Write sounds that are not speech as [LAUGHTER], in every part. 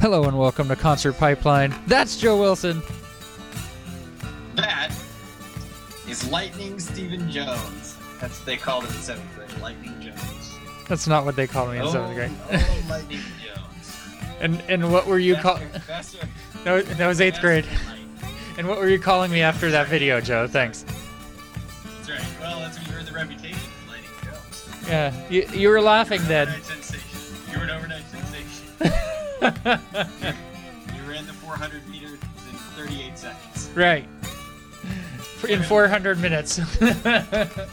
Hello and welcome to Concert Pipeline. That's Joe Wilson. That is Lightning Stephen Jones. That's what they called him in seventh grade, Lightning Jones. That's not what they called me in oh, seventh grade. oh, Lightning Jones. And and what were [LAUGHS] you call? Faster, faster, No, that was [LAUGHS] eighth faster grade. than lightning. And what were you calling me after that video, Joe? Thanks. That's right. Well, that's when you were the reputation of Lightning Jones. Yeah, you, you were laughing You were an then. [LAUGHS] overnight sensation. You were an overnight sensation. you ran the 400 meter in 38 seconds. right. In 400 minutes. [LAUGHS]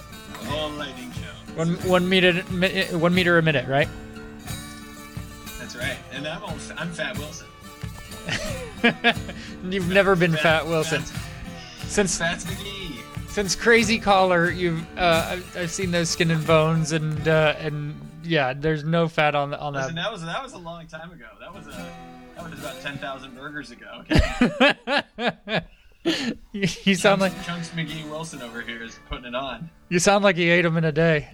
Oh, Lightning Jones. one one meter mi- one meter a minute, right? [LAUGHS] That's right. And I'm old, I'm Fat Wilson. you've never been Fat Wilson since Fats McGee. since Crazy Collar. You've uh, I've, I've seen those skin and bones, and uh, and yeah, there's no fat on the, on Listen, that. that was that was a long time ago. That was a that was about ten thousand [LAUGHS] burgers ago. Okay. you you sound like Chunks, Chunks McGee Wilson over here is putting it on. you sound like you ate them in a day.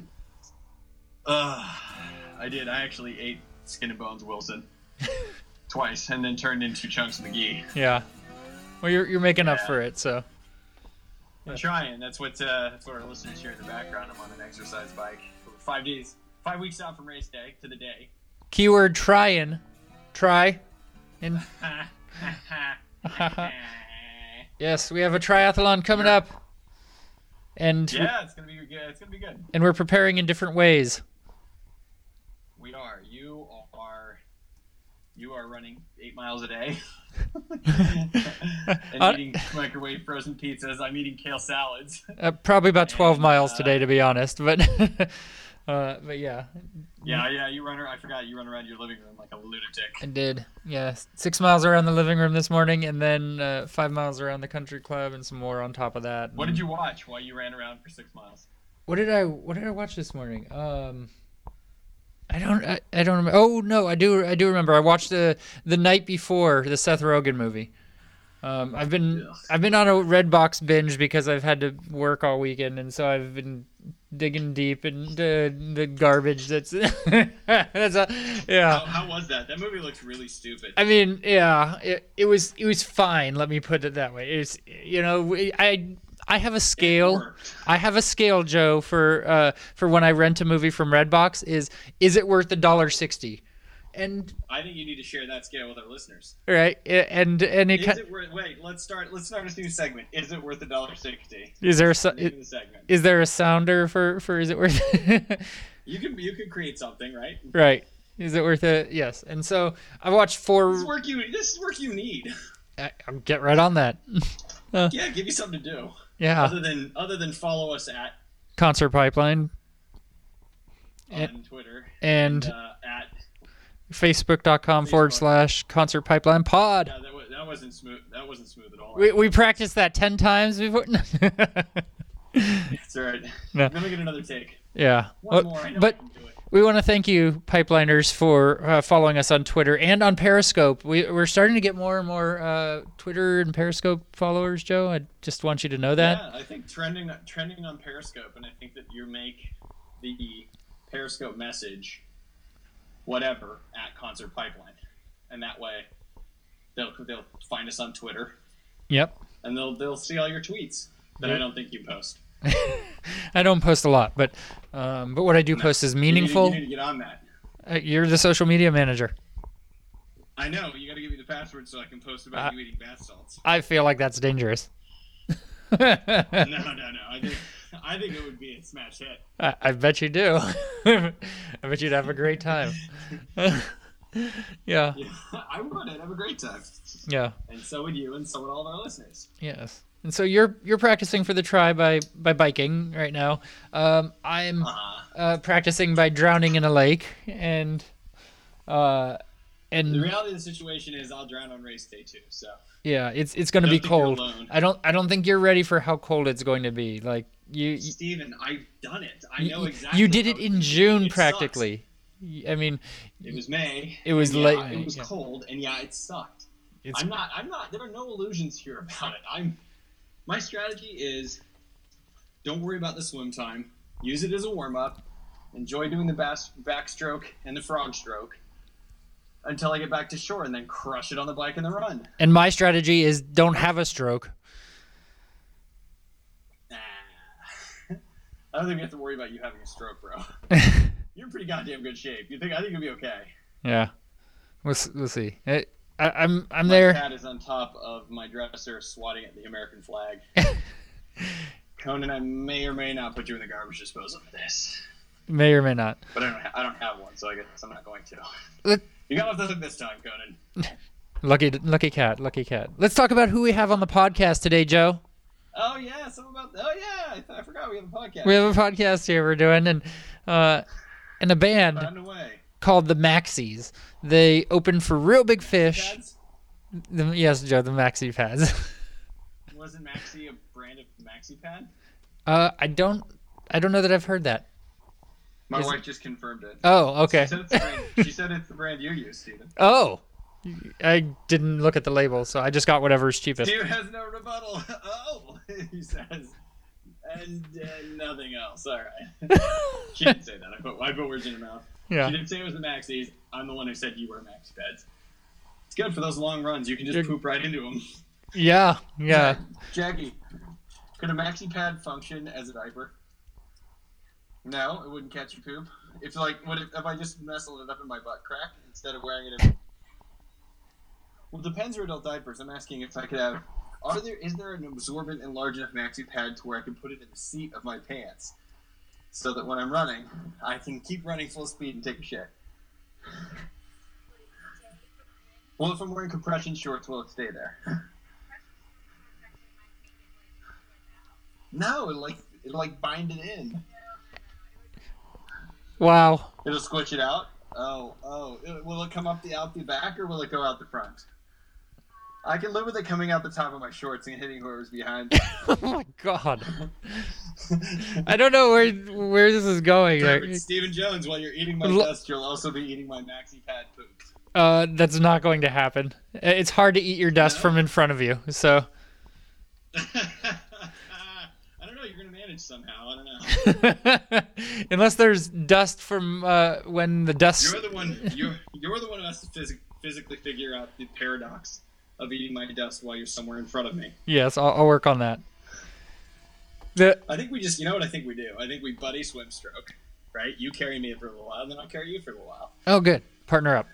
Ugh, I did. I actually ate Skin and Bones Wilson [LAUGHS] twice, and then turned into Chunks McGee. Yeah. Well, you're you're making up Yeah. for it, so I'm trying. That's what uh, that's what our listeners hear in the background. I'm on an exercise bike. We're Five days, five weeks out from race day to the day. [LAUGHS] keyword trying, try, and [LAUGHS] [LAUGHS] Uh-huh. yeah, yes, we have a triathlon coming up, and it's gonna be good. It's gonna be good. and we're preparing in different ways. [LAUGHS] We are. You are. You are running eight miles a day. Uh, and eating microwave frozen pizzas. I'm eating kale salads. Uh, probably about 12 miles uh, today, to be honest. But, [LAUGHS] uh, but yeah, yeah, yeah. You run. ar- I forgot. You run around your living room like a lunatic. I did. Yeah, s- six miles around the living room this morning, and then uh, five miles around the country club, and some more on top of that. What did you watch while you ran around for six miles? What did I? What did I watch this morning? Um, I don't. I, I don't remember. Oh no, I do. I do remember. I watched the the night before the Seth Rogen movie. Um, I've been Ugh. I've been on a red box binge because I've had to work all weekend, and so I've been digging deep into the garbage. That's [LAUGHS] that's a, yeah. Oh, How, how was that? That movie looks really stupid. Uh, I mean, yeah, it, it was it was fine. Let me put it that way. It's you know we- I I have a It scale. worked. I have a scale, Joe, for uh, for when I rent a movie from Redbox. Is is it worth a dollar sixty? And I think you need to share that scale with our listeners. right, a- and and it, Is ki- it worth? Wait, let's start. Let's start a new segment. Is it worth a dollar sixty? is there a so- Name of the segment. is there a sounder for for is it worth? [LAUGHS] You can you can create something, right? right, is it worth it? Yes. And so I watched This is four. work you. This is work you need. I, I'll get right on that. [LAUGHS] Yeah, give you something to do yeah, other than other than follow us at concert pipeline on And- Twitter and and uh, at facebook.com forward Facebook. slash concert pipeline pod. yeah, that, was, that wasn't smooth. That wasn't smooth at all. We we practiced that ten times before. [LAUGHS] That's all right. No. Let me get another take. yeah. Oh, One more. I know but I can do it. We want to thank you, Pipeliners, for uh, following us on Twitter and on Periscope. We, we're starting to get more and more uh, Twitter and Periscope followers, Joe. I just want you to know that. yeah, I think trending trending on Periscope, and I think that you make the Periscope message whatever at Concert Pipeline, and that way they'll they'll find us on Twitter Yep. and they'll they'll see all your tweets that I Yep. don't think you post. I don't post a lot, but um, but what I do post is You need to- meaningful. You need, to get on that. Uh, You're the social media manager. I know. You got to give me the password so I can post about Uh, you eating bath salts. [LAUGHS] I feel like that's dangerous. [LAUGHS] no, no, no. I think I think it would be a smash hit. [LAUGHS] I, I bet you do. [LAUGHS] I bet you'd have a great time. [LAUGHS] yeah. Yeah, I would. I'd have a great time, Yeah. and so would you, and so would all of our listeners. Yes. And so you're you're practicing for the try by by biking right now. Um, I'm Uh, uh, practicing by drowning in a lake and uh, the and reality of the situation is I'll drown on race day too. So yeah, it's it's gonna Don't be think you're cold. alone. I don't I don't think you're ready for how cold it's going to be. Like you you, Steven, I've done it. I you- know you exactly. did it how in feels. June It sucks. practically. Y- I mean, It was May. It was and late Yeah, May, it was yeah. cold, and yeah, it sucked. it's I'm not. I'm not. There are no illusions here about it. I'm. My strategy is, don't worry about the swim time. Use it as a warm up. Enjoy doing the bass, backstroke and the frog stroke. until I get back to shore and then crush it on the bike and the run. And my strategy is don't have a stroke. Nah. [LAUGHS] I don't think we have to worry about you having a [LAUGHS] stroke, bro. You're in pretty goddamn good shape. You think I think you'll be okay. Yeah, we'll s- we'll see. I, I, I'm I'm My there. cat is on top of my dresser swatting at the [LAUGHS] American flag. Conan, I may or may not put you in the garbage disposal for this, May or may not. but I don't, ha- I don't have one, so I guess I'm not going to. Let- you got off the hook this time, Conan. Lucky lucky cat. Lucky cat. Let's talk about who we have on the podcast today, Joe. Oh yeah, something about. Oh yeah, I, th- I forgot we have a podcast. We have a podcast here we're doing, and uh, and a band Find a way. called the Maxies. They opened for real big fish. Dads, The, yes, Joe, the Maxi pads. [LAUGHS] wasn't Maxi a brand of Maxi pad? Uh, I don't I don't know that I've heard that. My Is- wife just confirmed it. Oh, okay. She said, it's the brand, she said it's the brand you use, Steven. [LAUGHS] Oh, I didn't look at the label, so I just got whatever's cheapest. Steven has no rebuttal. [LAUGHS] Oh, he says. And uh, nothing else. All right. she didn't say that. I put, I put words in her mouth. [LAUGHS] Yeah. She didn't say it was the Maxis. I'm the one who said you wear Maxi pads. It's good for those long runs. You can just You're- poop right into them. Yeah, yeah. Jackie, could a maxi pad function as a diaper? No, it wouldn't catch your poop. If like, what if, if I just nestled it up in my butt crack instead of wearing it? In... Well, depends on adult diapers. I'm asking if I could have. Are there is there an absorbent and large enough maxi pad to where I can put it in the seat of my pants, so that when I'm running, I can keep running full speed and take a shit. Well, if I'm wearing compression shorts, will it stay there? No, it like it like bind it in. [LAUGHS] Wow. It'll squish it out. Oh, oh. It- will it come up the out the back or will it go out the front? I can live with it coming out the top of my shorts and hitting whoever's behind. me. oh my god. I don't know where where this is going. Perfect. Stephen Jones, while you're eating my Lo- dust, you'll also be eating my maxi pad poop. [LAUGHS] Uh, that's not going to happen. It's hard to eat your dust No? from in front of you. So [LAUGHS] I don't know. You're gonna manage somehow. I don't know. unless there's dust from uh, when the dust You're the one. You're you're the one who has to phys- physically figure out the paradox of eating my dust while you're somewhere in front of me. Yes, I'll, I'll work on that. The I think we just, you know what I think we do? I think we buddy swim stroke, right? You carry me for a little while, and then I'll carry you for a little while. oh good partner up.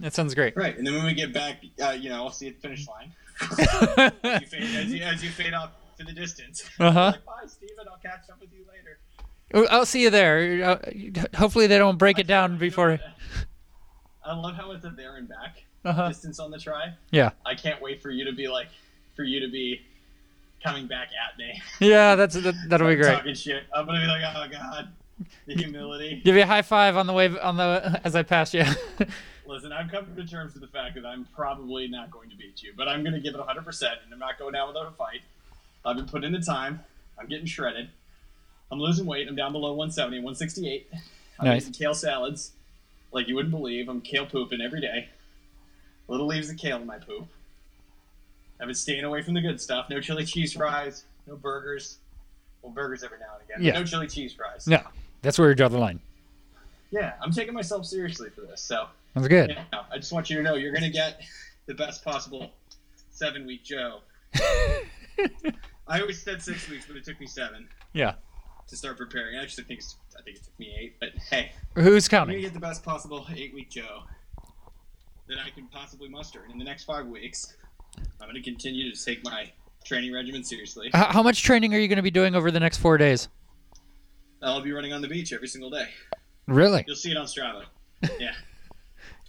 That sounds great. Right. And then when we get back, uh, you know, I'll see you at the finish line. [LAUGHS] [LAUGHS] As you fade, as you, as you fade off to the [LAUGHS] distance. Uh-huh. Like, Bye, Steven. I'll catch up with you later. Oh, I'll see you there. Uh, Hopefully they don't break it down before. [LAUGHS] I love how it's a there and back Uh-huh. distance on the try. Yeah. I can't wait for you to be like, for you to be coming back at me. Yeah, that's that, that'll be great. [LAUGHS] Talking shit. I'm going to be like, oh, God. The humility. Give you a high five on the way on the [LAUGHS] as I pass you. Listen, I've come to terms with the fact that I'm probably not going to beat you, but I'm going to give it 100%, and I'm not going down without a fight. I've been putting in the time. I'm getting shredded. I'm losing weight. I'm down below 170, 168. I'm Nice. eating kale salads like you wouldn't believe. I'm kale pooping every day. Little leaves of kale in my poop. I've been staying away from the good stuff. No chili cheese fries, no burgers. Well, burgers every now and again. but Yeah. No chili cheese fries. no, that's where you draw the line. Yeah, I'm taking myself seriously for this, so. That's good. Yeah, I just want you to know you're gonna get the best possible seven week Joe. I always said six weeks, but it took me seven Yeah. to start preparing. I actually think it's, I think it took me eight, but hey, Who's I'm gonna counting? get the best possible eight week Joe that I can possibly muster. And in the next five weeks, I'm gonna continue to take my training regimen seriously. How, how much training are you going to be doing over the next four days? I'll be running on the beach every single day. Really? You'll see it on Strava. Yeah,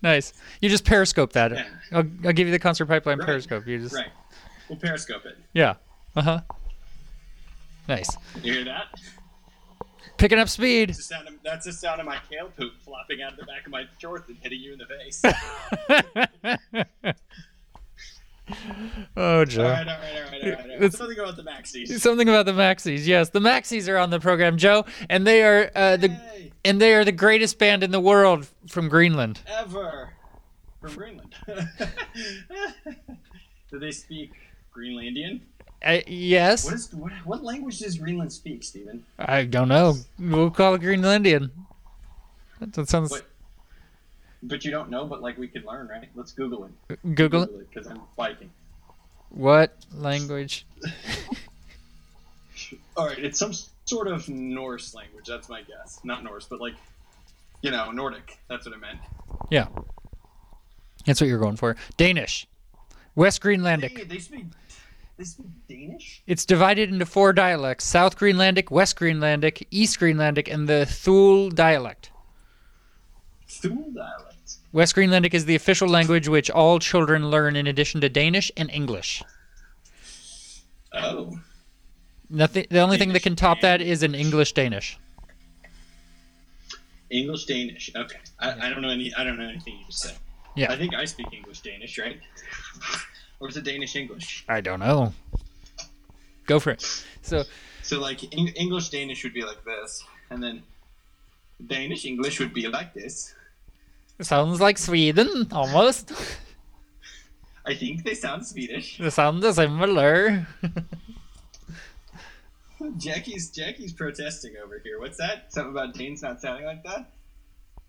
Nice. You just periscope that. Yeah. I'll, I'll give you the concert pipeline Right. periscope. You just right. We'll periscope it. yeah. Uh huh. Nice. You hear that? Picking up speed. [LAUGHS] the sound of, that's the sound of my kale poop flopping out of the back of my shorts and hitting you in the face. oh, Joe. all right, all right, all right, all right. All right. [LAUGHS] It's- Something about the maxis. Something about the Maxis. Yes, the Maxis are on the program, Joe, and they are uh, the Yay, and they are the greatest band in the world from Greenland. ever from Greenland. [LAUGHS] Do they speak Greenlandian? Uh, yes, What is what, what language does Greenland speak, Stephen? I don't know. We'll call it Greenlandian. That, that sounds What? But you don't know, but like we could learn, right? Let's Google it. Google it. it because I'm Viking. What language? All right, it's some sort of Norse language. That's my guess. Not Norse, but like, you know, Nordic. That's what I meant. Yeah. That's what you're going for. Danish. West Greenlandic. They, they speak. They speak Danish. It's divided into four dialects South Greenlandic, West Greenlandic, East Greenlandic, and the Thule dialect. Thule dialect. West Greenlandic is the official language which all children learn in addition to Danish and English. Oh, Nothing. The only thing that can Danish, top that is an English Danish. English Danish. Okay, I, I don't know any. I don't know anything you just said. Yeah. I think I speak English Danish, right? [LAUGHS] Or is it Danish English? I don't know. Go for it. So So like Eng- English Danish would be like this, and then Danish English would be like this. sounds like Sweden almost. I think they sound Swedish. [LAUGHS] They sound similar. [LAUGHS] Jackie's Jackie's protesting over here. What's that? Something about Danes not sounding like that?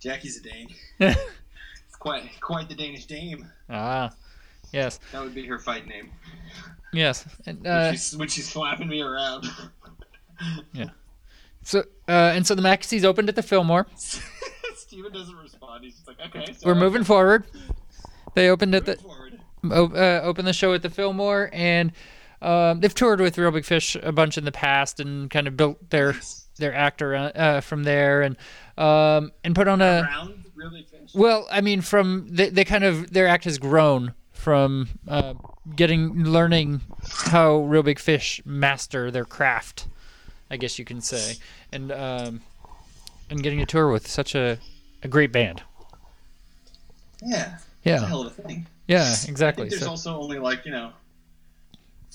Jackie's a Dane. It's quite quite the Danish dame. ah, yes, That would be her fight name. yes. And, uh, when, she's, when she's slapping me around. [LAUGHS] so uh, and so the Maxies opened at the Fillmore. [LAUGHS] Steven doesn't respond. He's just like, okay. So We're moving forward. They opened at the forward. op- uh, opened the show at the Fillmore, and um, they've toured with Real Big Fish a bunch in the past, and kind of built their their act around, uh, from there, and um, and put on a Round really fish. Well, I mean, from they, they kind of their act has grown from uh, getting learning how real big fish master their craft, I guess you can say, and um, and getting a tour with such a, a great band. Yeah. It's a Yeah, hell of a thing. yeah, I think exactly. there's So, also only like you know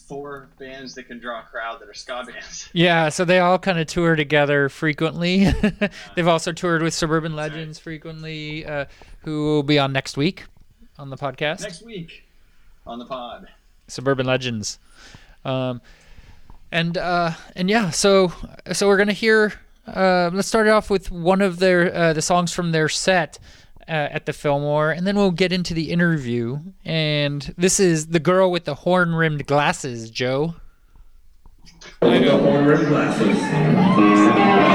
four bands that can draw a crowd that are ska bands. [LAUGHS] yeah, so they all kind of tour together frequently. [LAUGHS] They've also toured with Suburban Legends frequently, uh, who will be on next week on the podcast. Next week on the pod. suburban legends um, and uh, and yeah so so we're gonna hear uh, let's start it off with one of their uh, the songs from their set uh, at the Fillmore, and then we'll get into the interview. And this is the girl with the horn-rimmed glasses, Joe. I got more rim glasses.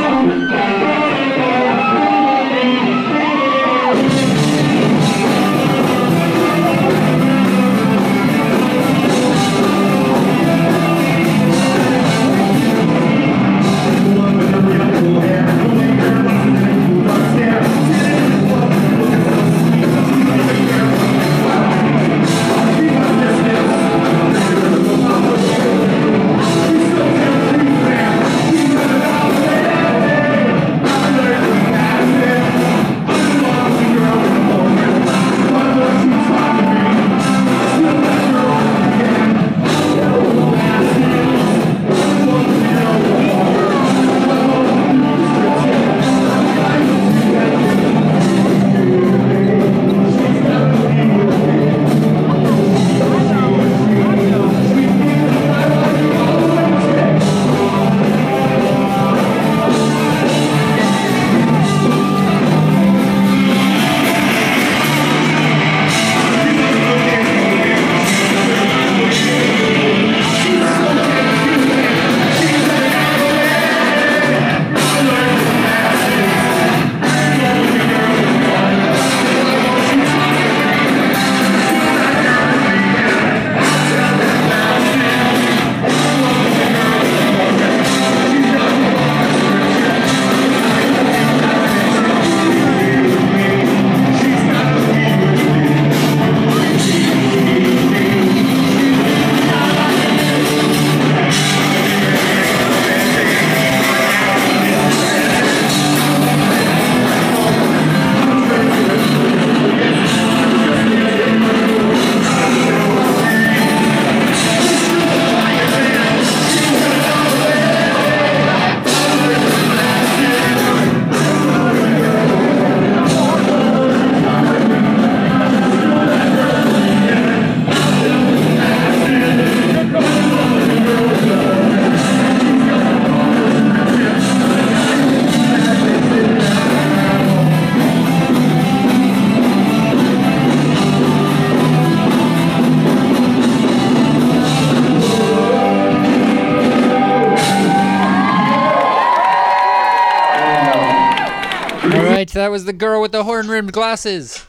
All right, that was the girl with the horn rimmed glasses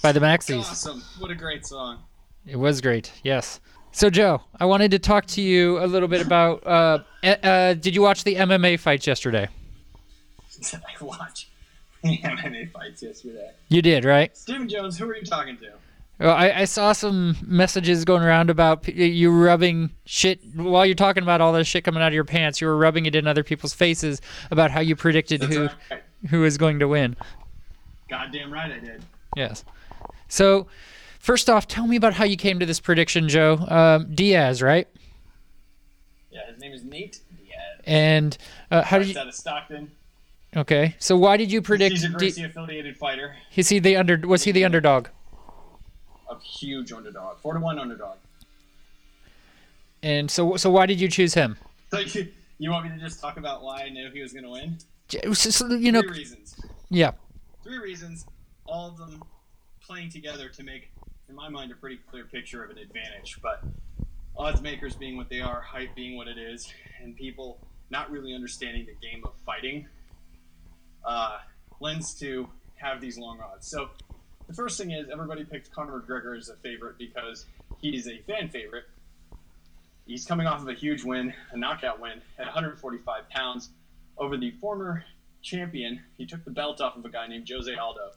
by the Maxis. Awesome. What a great song. [LAUGHS] It was great. Yes. So Joe, I wanted to talk to you a little bit about. Uh, eh, uh, did you watch the MMA fights yesterday? I watched the MMA fights yesterday. You did, right? Stephen Jones, who are you talking to? Well, Oh, I, I saw some messages going around about p- you rubbing shit while you're talking about all this shit coming out of your pants. You were rubbing it in other people's faces about how you predicted That's who right. who is going to win. Goddamn right I did. Yes. So, first off, tell me about how you came to this prediction, Joe. Um, Diaz, right? Yeah, his name is Nate Diaz. And uh, how did He's you? out of Stockton. Okay, so why did you predict? He's a Di- Gracie affiliated fighter. is he the under? Was he the underdog? A huge underdog. 4 to 1 underdog. And so, so why did you choose him? So you, [LAUGHS] you want me to just talk about why I knew he was going to win? J- so- so, you know, Three reasons. yeah. Three reasons. All of them playing together to make, in my mind, a pretty clear picture of an advantage. But odds makers being what they are, hype being what it is, and people not really understanding the game of fighting uh, lends to have these long odds. So the first thing is everybody picked Conor McGregor as a favorite because he's a fan favorite. He's coming off of a huge win, a knockout win at 145 pounds over the former champion. He took the belt off of a guy named Jose Aldo,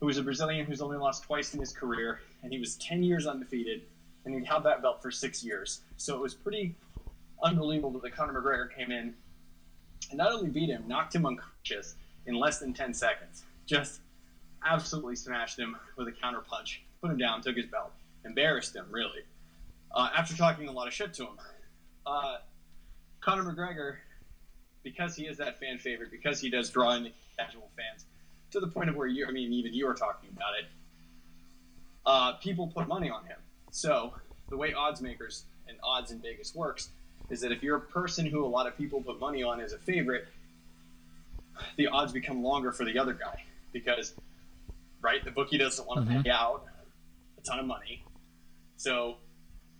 who is a Brazilian who's only lost twice in his career, and he was 10 years undefeated, and he held that belt for six years. So it was pretty unbelievable that Conor McGregor came in and not only beat him, knocked him unconscious in less than 10 seconds. Just absolutely smashed him with a counter punch, put him down, took his belt, embarrassed him, really, uh, after talking a lot of shit to him. Uh, Conor McGregor, because he is that fan favorite, because he does draw in the casual fans to the point of where you, I mean, even you are talking about it, uh, people put money on him. So the way odds makers and odds in Vegas works is that if you're a person who a lot of people put money on as a favorite, the odds become longer for the other guy because, right, the bookie doesn't want to Mhm. pay out a ton of money. So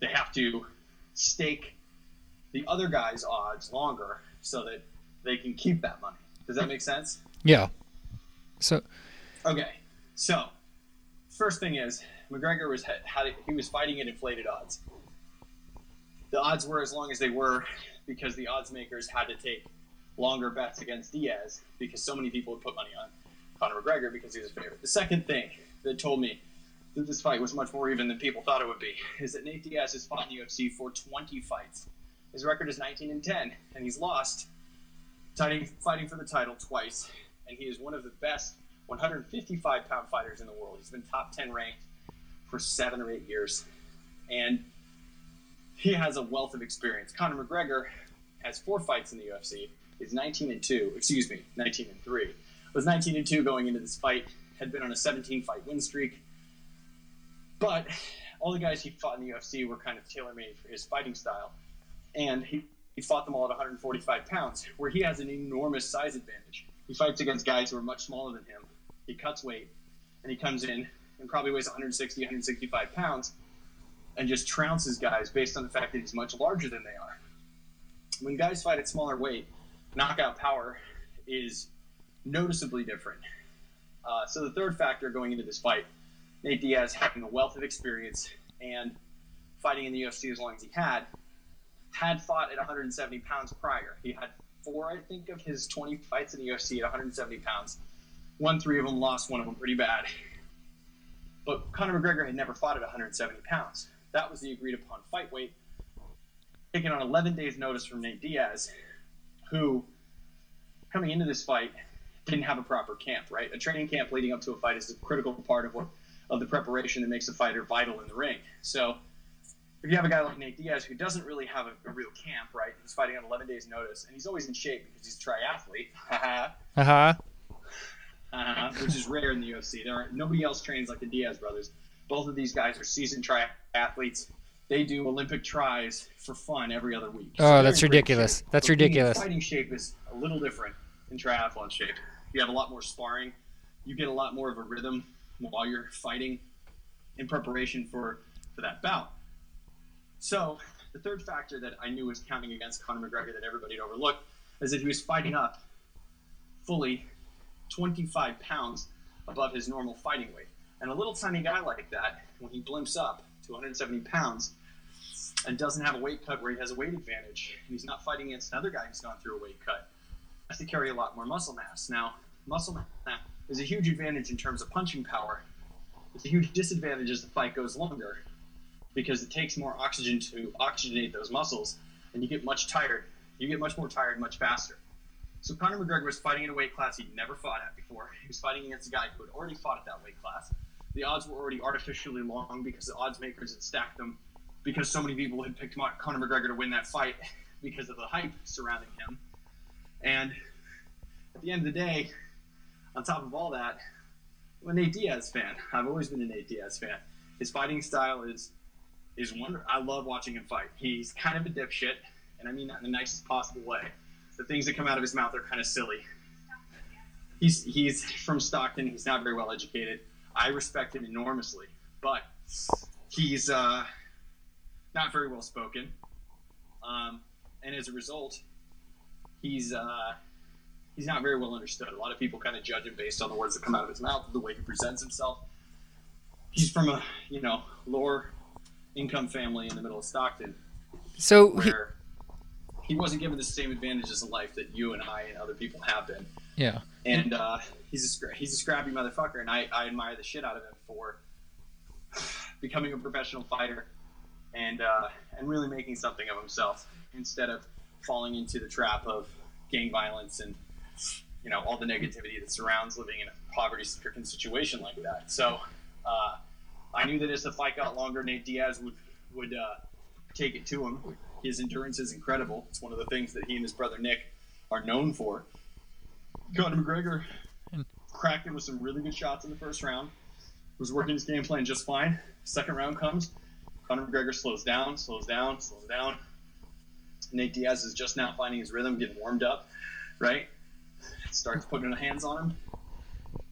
they have to stake the other guy's odds longer so that they can keep that money. Does that make sense? Yeah. So Okay, so first thing is McGregor was had, had he was fighting at inflated odds. The odds were as long as they were because the odds makers had to take longer bets against Diaz because so many people would put money on Conor McGregor because he was a favorite. The second thing that told me that this fight was much more even than people thought it would be is that Nate Diaz has fought in the UFC for 20 fights. His record is 19 and 10, and he's lost fighting, fighting for the title twice, and he is one of the best 155 pound fighters in the world. He's been top 10 ranked for seven or eight years, and he has a wealth of experience. Conor McGregor has four fights in the UFC. Is 19 and two, excuse me, 19 and three. Was 19 and two going into this fight. Had been on a 17 fight win streak. But all the guys he fought in the UFC were kind of tailor made for his fighting style and he, he fought them all at 145 pounds, where he has an enormous size advantage. He fights against guys who are much smaller than him. He cuts weight, and he comes in and probably weighs 160, 165 pounds, and just trounces guys based on the fact that he's much larger than they are. When guys fight at smaller weight, knockout power is noticeably different. Uh, so the third factor going into this fight, Nate Diaz having a wealth of experience and fighting in the UFC as long as he had, had fought at 170 pounds prior. He had four, I think, of his 20 fights in the UFC at 170 pounds. Won three of them, lost one of them pretty bad. But Conor McGregor had never fought at 170 pounds. That was the agreed upon fight weight, taken on 11 days' notice from Nate Diaz, who, coming into this fight, didn't have a proper camp, right? A training camp leading up to a fight is a critical part of what of the preparation that makes a fighter vital in the ring. So if you have a guy like Nate Diaz who doesn't really have a, a real camp, right? He's fighting on 11 days' notice, and he's always in shape because he's a triathlete, [LAUGHS] uh-huh. haha, uh, [LAUGHS] which is rare in the UFC. There are nobody else trains like the Diaz brothers. Both of these guys are seasoned triathletes. They do Olympic tries for fun every other week. Oh, they're that's in great ridiculous. shape. That's But being in ridiculous. Fighting shape is a little different in triathlon shape. You have a lot more sparring. You get a lot more of a rhythm while you're fighting in preparation for for that bout. So the third factor that I knew was counting against Conor McGregor that everybody had overlooked is that he was fighting up fully 25 pounds above his normal fighting weight. And a little tiny guy like that, when he blimps up to 170 pounds and doesn't have a weight cut where he has a weight advantage, and he's not fighting against another guy who's gone through a weight cut, has to carry a lot more muscle mass. Now, muscle mass is a huge advantage in terms of punching power. It's a huge disadvantage as the fight goes longer because it takes more oxygen to oxygenate those muscles, and you get much tired. You get much more tired much faster. So Conor McGregor was fighting in a weight class he'd never fought at before. He was fighting against a guy who had already fought at that weight class. The odds were already artificially long because the odds makers had stacked them because so many people had picked Mo- Conor McGregor to win that fight [LAUGHS] because of the hype surrounding him. And at the end of the day, on top of all that, I'm an Nate Diaz fan. I've always been an Nate Diaz fan. His fighting style is is wonderful. I love watching him fight. He's kind of a dipshit, and I mean that in the nicest possible way. The things that come out of his mouth are kind of silly. He's he's from Stockton. He's not very well educated. I respect him enormously, but he's uh, not very well spoken, um, and as a result, he's uh, he's not very well understood. A lot of people kind of judge him based on the words that come out of his mouth, the way he presents himself. He's from a you know lower income family in the middle of Stockton, So he, where he wasn't given the same advantages in life that you and I and other people have been. yeah, And uh, he's a scra- he's a scrappy motherfucker, and I, I admire the shit out of him for [SIGHS] becoming a professional fighter and uh, and really making something of himself instead of falling into the trap of gang violence and you know all the negativity that surrounds living in a poverty-stricken situation like that. So uh, I knew that as the fight got longer, Nate Diaz would would uh, take it to him. His endurance is incredible. It's one of the things that he and his brother Nick are known for. Conor Mm-hmm. McGregor cracked him with some really good shots in the first round. Was working his game plan just fine. Second round comes. Conor McGregor slows down, slows down, slows down. Nate Diaz is just now finding his rhythm, getting warmed up, right? Starts putting hands on him,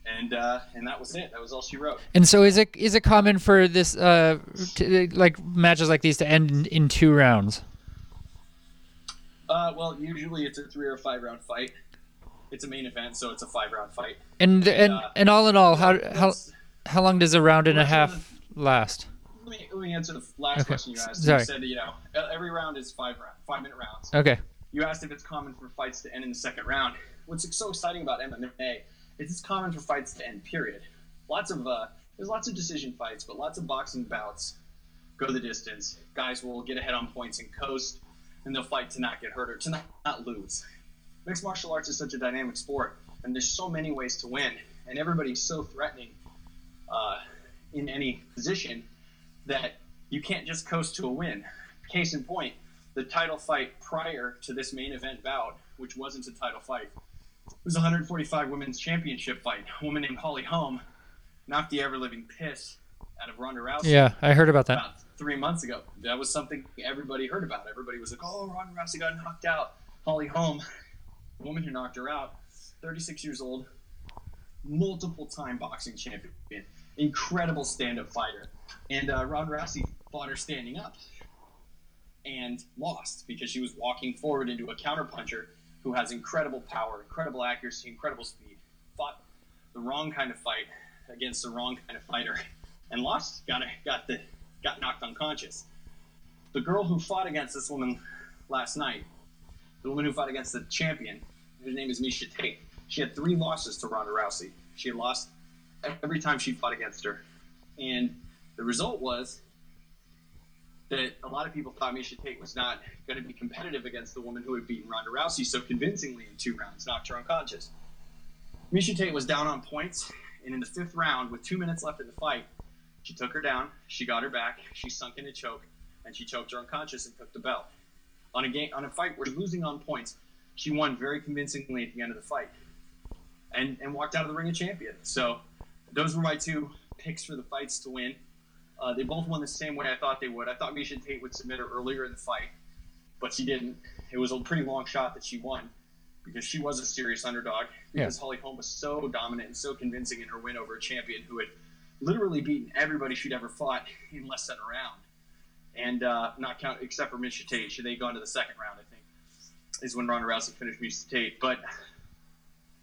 and uh, and that was it. That was all she wrote. and so is it is it common for this uh to, like matches like these to end in, in two rounds? Uh, well, usually it's a three or five round fight. It's a main event, so it's a five round fight. And and Yeah. and all in all, how how That's- how long does a round and a Less half last? let me, let me answer the last Okay, question you s- asked. sorry. You said you know e- every round is five round, five minute rounds. Okay, You asked if it's common for fights to end in the second round. What's so exciting about MMA is it's common for fights to end. Period. Lots of uh, there's lots of decision fights, but lots of boxing bouts go the distance. Guys will get ahead on points and coast, and they'll fight to not get hurt or to not, not lose. Mixed martial arts is such a dynamic sport, and there's so many ways to win, and everybody's so threatening uh, in any position that you can't just coast to a win. Case in point, the title fight prior to this main event bout, which wasn't a title fight, was a 145 women's championship fight. A woman named Holly Holm knocked the ever living piss out of Ronda Rousey yeah, I heard about that. about three months ago. That was something everybody heard about. Everybody was like, "Oh, Ronda Rousey got knocked out." Holly Holm, the woman who knocked her out, 36 years old, multiple-time boxing champion, incredible stand-up fighter, and uh, Ronda Rousey fought her standing up and lost because she was walking forward into a counterpuncher who has incredible power, incredible accuracy, incredible speed. Fought the wrong kind of fight against the wrong kind of fighter [LAUGHS] and lost. Got got the got knocked unconscious. The girl who fought against this woman last night, the woman who fought against the champion, whose name is Misha Tate, she had three losses to Ronda Rousey. She had lost every time she fought against her. And the result was that a lot of people thought Misha Tate was not going to be competitive against the woman who had beaten Ronda Rousey so convincingly in two rounds, knocked her unconscious. Misha Tate was down on points, and in the fifth round, with two minutes left in the fight, she took her down, she got her back, she sunk in a choke, and she choked her unconscious and took the belt. On a game, on a fight where losing on points, she won very convincingly at the end of the fight, and and walked out of the ring a champion. So, those were my two picks for the fights to win. Uh, they both won the same way I thought they would. I thought Misha Tate would submit her earlier in the fight, but she didn't. It was a pretty long shot that she won because she was a serious underdog. Because Holly Holm was so dominant and so convincing in her win over a champion who had literally beaten everybody she'd ever fought in less than a round, and uh, not count except for Misha Tate. She they gone to the second round, I think, is when Ronda Rousey finished Misha Tate. But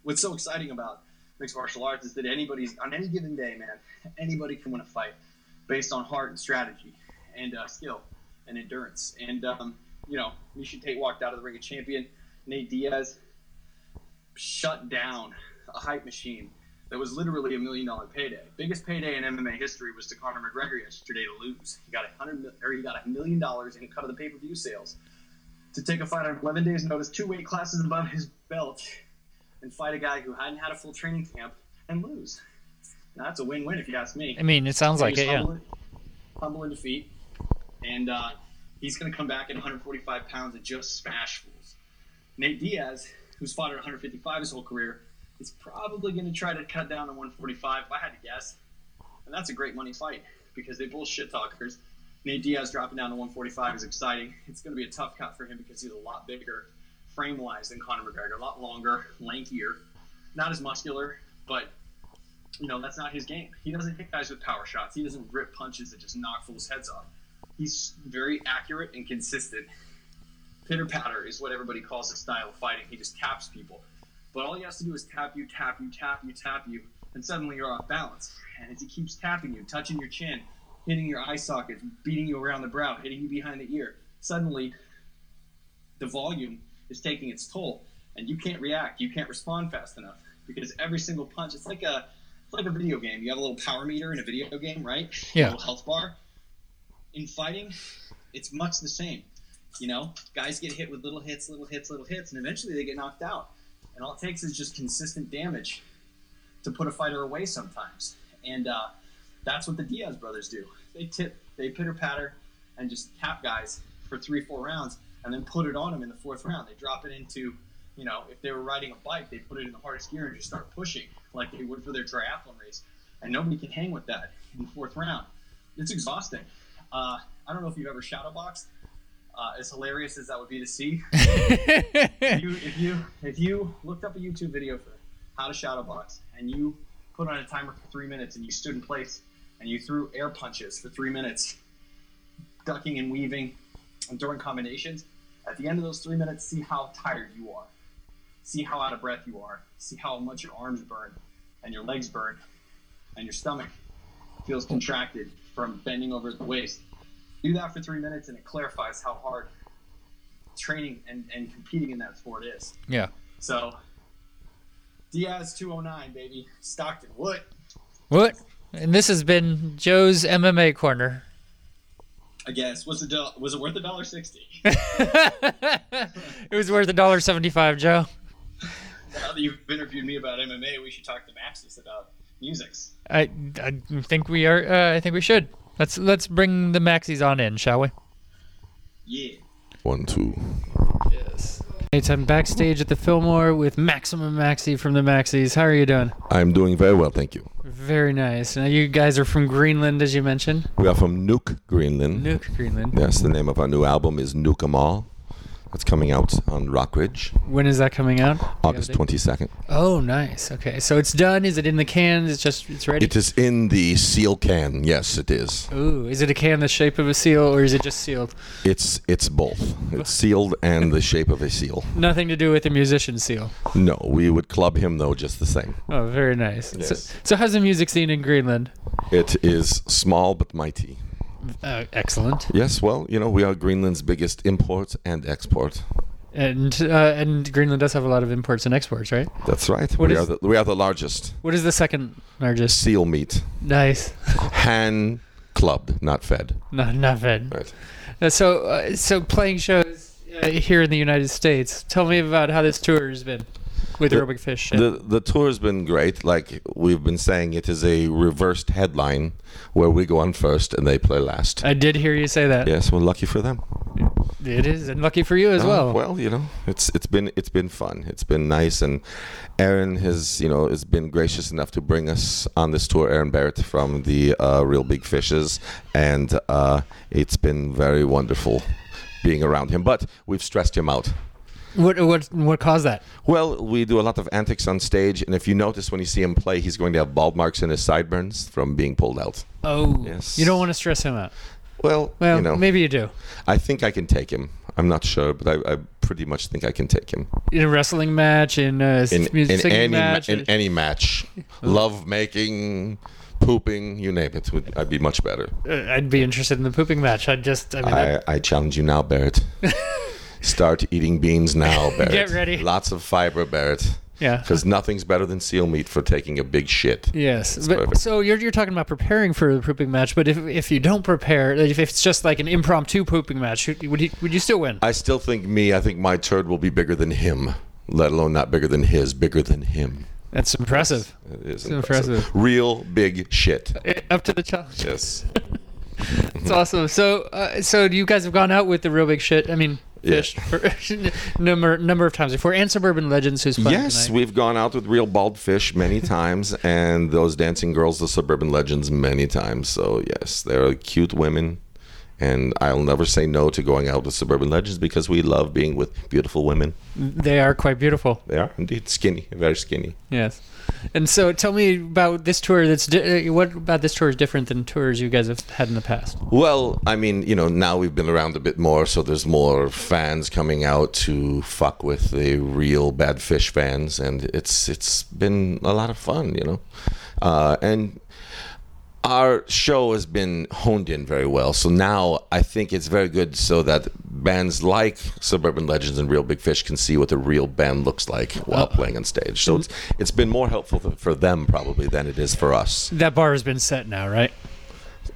what's so exciting about mixed martial arts is that anybody's on any given day, man, anybody can win a fight based on heart and strategy and uh, skill and endurance. And um, you know, Misha Tate walked out of the ring a champion. Nate Diaz shut down a hype machine that was literally a million dollar payday. Biggest payday in MMA history was to Conor McGregor yesterday to lose. He got a hundred mil- or he got a million dollars in a cut of the pay per view sales to take a fight on 11 days notice, two weight classes above his belt, and fight a guy who hadn't had a full training camp and lose. Now that's a win win if you ask me. I mean, it sounds like He it. was Yeah. Humble, humble in defeat, and uh, he's going to come back at 145 pounds and just smash fools. Nate Diaz, who's fought at 155 his whole career, is probably going to try to cut down to 145. If I had to guess, and that's a great money fight because they both shit talkers. Nate Diaz dropping down to 145 is exciting. It's going to be a tough cut for him because he's a lot bigger, frame wise, than Conor McGregor, a lot longer, lankier, not as muscular, but you know, that's not his game. He doesn't hit guys with power shots. He doesn't rip punches that just knock fools' heads off. He's very accurate and consistent. Pitter patter is what everybody calls his style of fighting. He just taps people. But all he has to do is tap you, tap you, tap you, tap you, and suddenly you're off balance. And as he keeps tapping you, touching your chin, hitting your eye sockets, beating you around the brow, hitting you behind the ear, suddenly the volume is taking its toll and you can't react you can't respond fast enough because every single punch it's like a it's like a video game you have a little power meter in a video game right Yeah. a little health bar in fighting it's much the same you know guys get hit with little hits little hits little hits and eventually they get knocked out and all it takes is just consistent damage to put a fighter away sometimes and uh, that's what the diaz brothers do they tip they pitter patter and just tap guys for three, four rounds, and then put it on them in the fourth round. They drop it into, you know, if they were riding a bike, they put it in the hardest gear and just start pushing like they would for their triathlon race. And nobody can hang with that in the fourth round. It's exhausting. Uh, I don't know if you've ever shadow boxed. Uh, as hilarious as that would be to see, if you if you if you looked up a YouTube video for how to shadow box and you put on a timer for three minutes and you stood in place and you threw air punches for three minutes, ducking and weaving and throwing combinations, at the end of those three minutes, see how tired you are, see how out of breath you are, see how much your arms burn and your legs burn and your stomach feels contracted from bending over at the waist. Do that for three minutes and it clarifies how hard training and, and competing in that sport is. [LAUGHS] yeah. So Diaz 209, baby. Stockton, what? What? And this has been Joe's MMA corner. [LAUGHS] I guess was it do- was it worth a dollar sixty? [LAUGHS] it was worth a dollar seventy-five, Joe. now that you've interviewed me about MMA, we should talk to Maxis about musics. I, I think we are. Uh, I think we should. Let's let's bring the Maxis on in, shall we? Yeah. One, two. Yes. It's I'm backstage at the Fillmore with Maximum Maxi from the Maxis. How are you doing? I'm doing very well, thank you. Very nice. Now you guys are from Greenland, as you mentioned. We are from Nuke, Greenland. Nuke, Greenland. Yes, the name of our new album is Nuke 'em All. That's coming out on Rockridge, When is that coming out? August Yeah, they- 22nd. Oh, nice. Okay, so it's done. Is it in the cans? It's just it's ready. It is in the seal can. Yes, it is. Ooh, is it a can the shape of a seal, or is it just sealed? It's it's both. It's sealed and the shape of a seal. Nothing to do with the musician seal. No, we would club him though just the same. Oh, very nice. Yes. So, so how's the music scene in Greenland? It is small but mighty. Uh, excellent. Yes, well, you know, we are Greenland's biggest import and export. And uh, and Greenland does have a lot of imports and exports, right? That's right. What we is- are the, we are the largest What is the second largest? [LAUGHS] seal meat Nice. hand clubbed, not fed. No, nothing. Right. Uh, So uh, so playing shows uh, here in the United States. Tell me about how this tour has been with The- Aerobic Fish. and- The the tour's been great. Like we've been saying, it is a reversed headline where we go on first and they play last. I did hear you say that. yes, well, lucky for them. It is, and lucky for you as Uh, well. Well, you know, it's it's been it's been fun. It's been nice, and Aaron has you know has been gracious enough to bring us on this tour. Aaron Barrett from the uh, Real Big Fishes, and uh, it's been very wonderful being around him. But we've stressed him out. What what what caused that? Well, we do a lot of antics on stage, and if you notice when you see him play, he's going to have bald marks in his sideburns from being pulled out. Oh, Yes. you don't want to stress him out. Well, Well, you know, maybe you do. I think I can take him. I'm not sure, but I, I pretty much think I can take him in a wrestling match, in a s- in, music in singing any match. uh, ma- in any [LAUGHS] match, love making, pooping, you name it. would- I'd be much better. uh, I'd be interested in the pooping match. I just, I mean, that- I, I challenge you now, [LAUGHS] Barrett. Start eating beans now, Barrett. ready. Lots of fiber, Barrett. yeah. Because nothing's better than seal meat for taking a big shit. Yes, but perfect. so you're, you're talking about preparing for the pooping match, but if if you don't prepare, if it's just like an impromptu pooping match, would you, would you still win? I still think me, I think my turd will be bigger than him, let alone not bigger than his, bigger than him. That's impressive. It is impressive. Real big shit. Eh, Up to the challenge. Yes. It's awesome. So uh, so you guys have gone out with the real big shit. I mean, Yeah. fish [LAUGHS] for, number number of times before, and suburban legends who's playing yes, tonight. we've gone out with real bald fish [LAUGHS] many times, and those dancing girls, the suburban legends, many times. So yes, they're cute women, and I'll never say no to going out with suburban legends because we love being with beautiful women. they are quite beautiful. They are indeed skinny, very skinny. Yes, and so tell me about this tour. That's di- uh, what about this tour is different than tours you guys have had in the past. Well, I mean, you know, now we've been around a bit more, so there's more fans coming out to fuck with the real bad fish fans, and it's it's been a lot of fun, you know, uh, and our show has been honed in very well. So now I think it's very good so that bands like Suburban Legends and Real Big Fish can see what the real band looks like while playing on stage. So it's it's been more helpful for- for them probably than it is for us. That bar has been set now, right?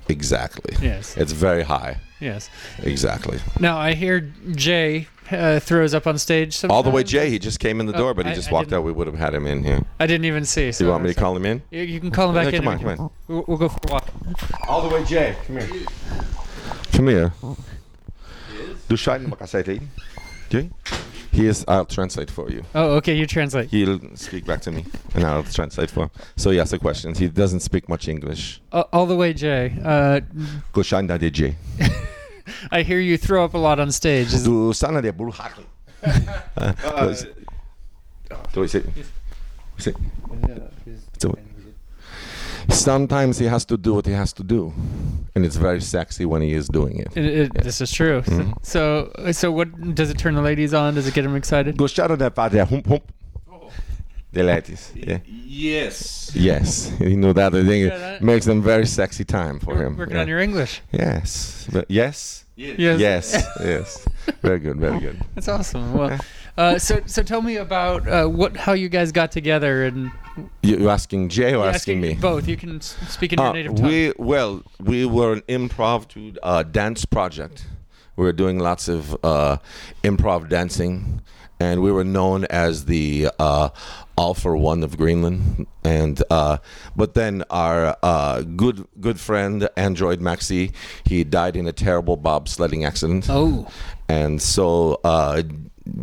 Exactly. Yes. It's very high. Yes. Exactly. Exactly. Now I hear Jay uh, throws up on stage. Sometimes. All the way, Jay. He just came in the door, but he Uh, I- just I walked didn't- out. We would have had him in here. I didn't even see. So Do you want me to call him in? You, you can call him back Yeah, in. come and on, we come can- We'll, we'll go for a walk. All the way, Jay. Come here. Come here. Du Schein mag hij reden. Jay. He is. I'll translate for you. Oh, okay. You translate. He'll speak back to me, and I'll translate for him. So he asked the questions. He doesn't speak much English. Uh, all the way, Jay. Uh, Du Schein naar de Jay. I hear you throw up a lot on stage. Is- Du Schein naar de [LAUGHS] Bulgar. Do we see? see? So- sometimes he has to do what he has to do, and it's very sexy when he is doing it. it- it- This is true. Mm-hmm. So, so what does it turn the ladies on? Does it get them excited? Du Schein naar vader. Hump, hump. Oh. The ladies. Yeah. Yes. Yes, you know that. I think Yeah, that- it makes them very sexy time for him. Working yeah. on your English. Yes. But yes. Yes. Yes. Yes. yes. Very good. [LAUGHS] Very good. That's awesome. Well, uh, so so tell me about uh, what how you guys got together and You, you asking Jay or asking, me? both. You can s- speak in your Uh, native tongue. we well, we were an improv to uh, dance project. We were doing lots of uh, improv dancing, and we were known as the uh, All for One of Greenland. And uh, but then our uh, good good friend Android Maxi, he died in a terrible bobsledding accident. oh, And so uh,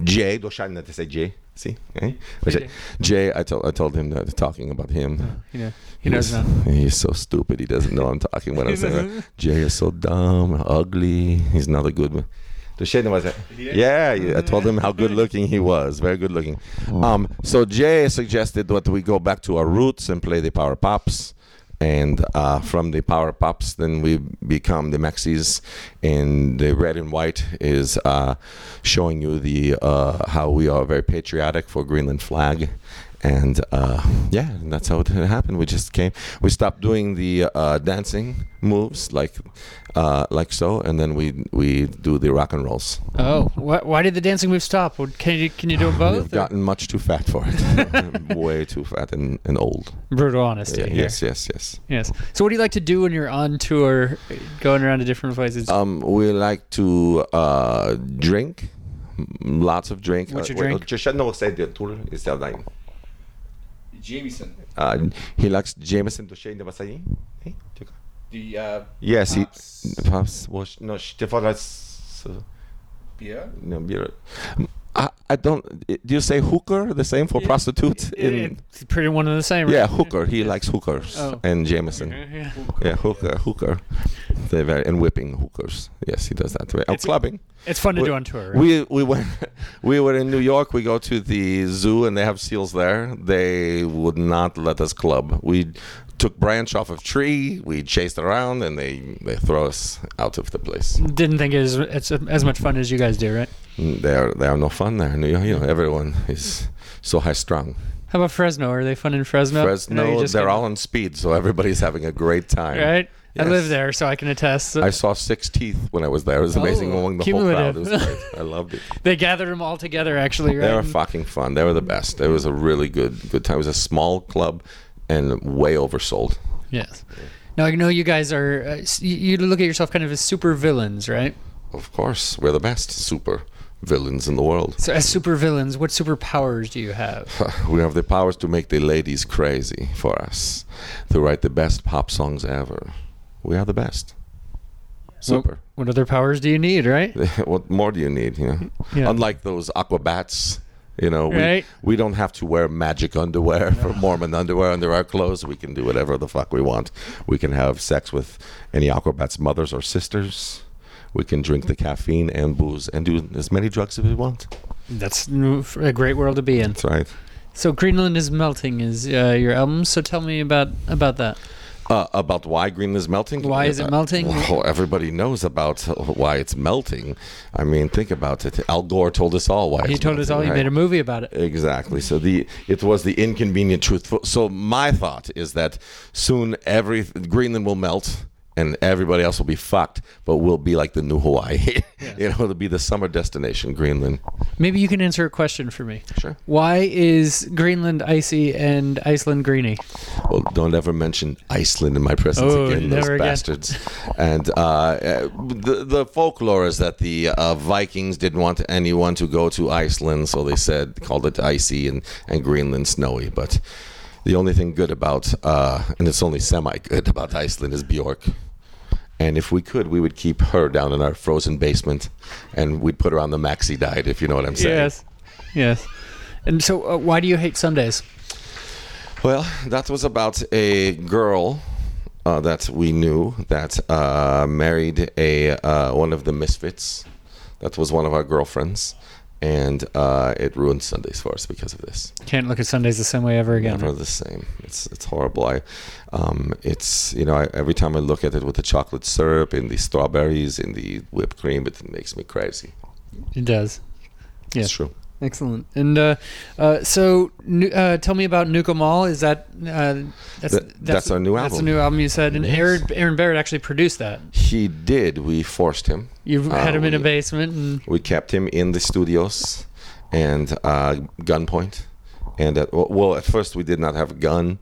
Jay, do I not to say Jay? See, eh? Jay, Jay, I told I told him that talking about him. you know, he knows now. he's, He's so stupid. He doesn't know I'm talking when I'm saying. doesn't. Jay is so dumb, ugly. He's not a good one. The shit was it? Yeah, yeah, I told him how good looking he was. Very good looking. Um, so Jay suggested that we go back to our roots and play the power pops. And uh, from the power pops, then we become the maxis, and the red and white is uh, showing you the uh, how we are very patriotic for Greenland flag, and uh, yeah, and that's how it [LAUGHS] happened. We just came, we stopped doing the uh, dancing moves like uh, like so, and then we we do the rock and rolls. Oh, why, why did the dancing move stop? Well, Can you can you do them both? or- We've Ah, gotten much too fat for [LAUGHS] it. [LAUGHS] Way too fat and, and old. Brutal honesty. Yeah, here. yes, yes, yes. Yes. So, what do you like to do when you're on tour, going around to different places? Um, we like to uh, drink, m- lots of drink. What's uh, your wait, drink? uh, just- no, say the tour is the name. Jameson. Uh, he likes Jameson to share in the Masai. Hey, check. The uh, Yes, he Pops. perhaps was no Stefan has uh, beer. no beer. I, I don't. Do you say hooker the same for prostitute? It- In it's pretty one and the same. right? yeah, hooker. He likes hookers Oh. and Jameson. Yeah. Yeah, hooker, hooker. They very and whipping hookers. Yes, he does that. Right. Oh, clubbing. It's fun to We- do on tour. Right? We we went [LAUGHS] we were in New York. We go to the zoo and they have seals there. They would not let us club. We took branch off of tree. We chased around, and they they throw us out of the place. Didn't think it was, it's as much fun as you guys do, right? They are they are no fun there. You know, you know everyone is so high strung. How about Fresno? Are they fun in Fresno? I know Fresno, you just they're came- all on speed, so everybody's having a great time. right. I Yes. live there, so I can attest. that I saw six teeth when I was there. It was amazing Oh, among the whole crowd. It cumulative. was great. [LAUGHS] I loved it. they gathered them all together, actually. Right. They were And- fucking fun. They were the best. It was a really good good time. It was a small club and way oversold. Yes. Now I know you guys are. Uh, s- you you look at yourself kind of as super villains, right? Of course, we're the best super villains in the world. So as super villains, what superpowers do you have? [LAUGHS] We have the powers to make the ladies crazy for us, to write the best pop songs ever. We are the best. Super. [LAUGHS] What other powers do you need, right? what more do you need? You know, Yeah. unlike those aquabats, you know, we, Right. we don't have to wear magic underwear for Mormon underwear under our clothes. We can do whatever the fuck we want. We can have sex with any aquabats' mothers or sisters. We can drink the caffeine and booze and do as many drugs as we want. That's n- a great world to be in. That's right. So Greenland is melting is uh, your album. So tell me about about that. Uh, about why Greenland is melting? Why is it Uh, melting? Well, everybody knows about uh, why it's melting. I mean, think about it. Al Gore told us all why. He it's told us melting, all. He right? made a movie about it. Exactly. So the it was the inconvenient truth. So my thought is that soon every Greenland will melt and everybody else will be fucked, but we'll be like the new Hawaii. [LAUGHS] you know, it'll be the summer destination, Greenland. Maybe you can answer a question for me. Sure. Why is Greenland icy and Iceland greeny? Well, don't ever mention Iceland in my [LAUGHS] presence Oh, again, those never again. bastards. and uh, uh, the, the folklore is that the uh, Vikings didn't want anyone to go to Iceland, so they said called it icy and, and Greenland snowy. But the only thing good about, uh, and it's only semi good about Iceland, is Bjork. And if we could, we would keep her down in our frozen basement, and we'd put her on the maxi diet, if you know what I'm saying. Yes, yes. And so, uh, why do you hate Sundays? Well, that was about a girl uh, that we knew that uh, married a uh, one of the misfits. That was one of our girlfriends, and uh, it ruined Sundays for us because of this. Can't look at Sundays the same way ever again. Never the same. It's it's horrible. I, um, it's you know I, every time I look at it with the chocolate syrup and the strawberries and the whipped cream, it makes me crazy. It does. Yeah. It's true. Excellent. And uh, uh, so, nu- uh, tell me about Nuka Mall. Is that uh, that's, That- that's our new That's a album. new album you said, and Yes. Aaron, Aaron Barrett actually produced that. He did. We forced him. You Uh, had him in a we- basement, and We kept him in the studios and uh, gunpoint. And at, well, at first we did not have a gun.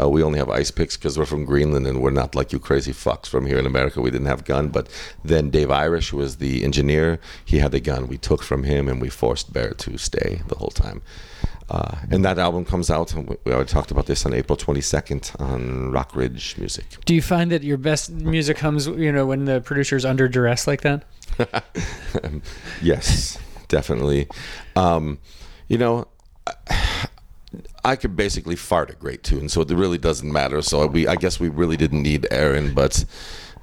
Uh, we only have ice picks because we're from Greenland and we're not like you crazy fucks from here in America. We didn't have a gun. But then Dave Irish who was the engineer. He had the gun we took from him and we forced Barrett to stay the whole time. Uh, and that album comes out. and We, we already talked about this on April 22nd on Rock Ridge Music. do you find that your best music comes, you know, when the producer's under duress like that? Yes, definitely. Um, you know, I- I could basically fart a great tune, so it really doesn't matter. So we, I guess, we really didn't need Aaron, but,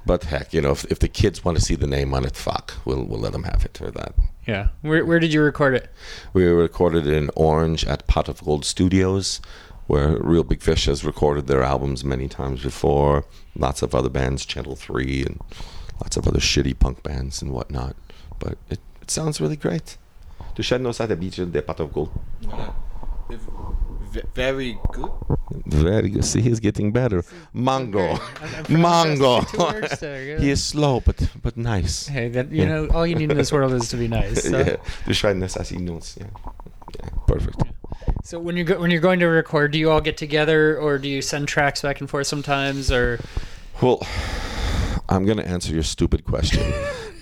but heck, you know, if, if the kids want to see the name on it, fuck, we'll we'll let them have it or that. Yeah. Where Where did you record it? We recorded in Orange at Pot of Gold Studios, where Real Big Fish has recorded their albums many times before. Lots of other bands, Channel Three, and lots of other shitty punk bands and whatnot. But it, it sounds really great. Tu sais nos de beach de Pato Gold. V- Uh, very good. Very good. See, he's getting better. Mango, Two words [LAUGHS] mango. there, yeah. he is slow, but but nice. [LAUGHS] Hey, that you know, all you need in this world is to be nice. So, Yeah. Tu sais nos así Yeah. Yeah. Perfect. so when you go, when you're going to record, do you all get together, or do you send tracks back and forth sometimes, or Well, I'm going to answer your stupid [LAUGHS] question.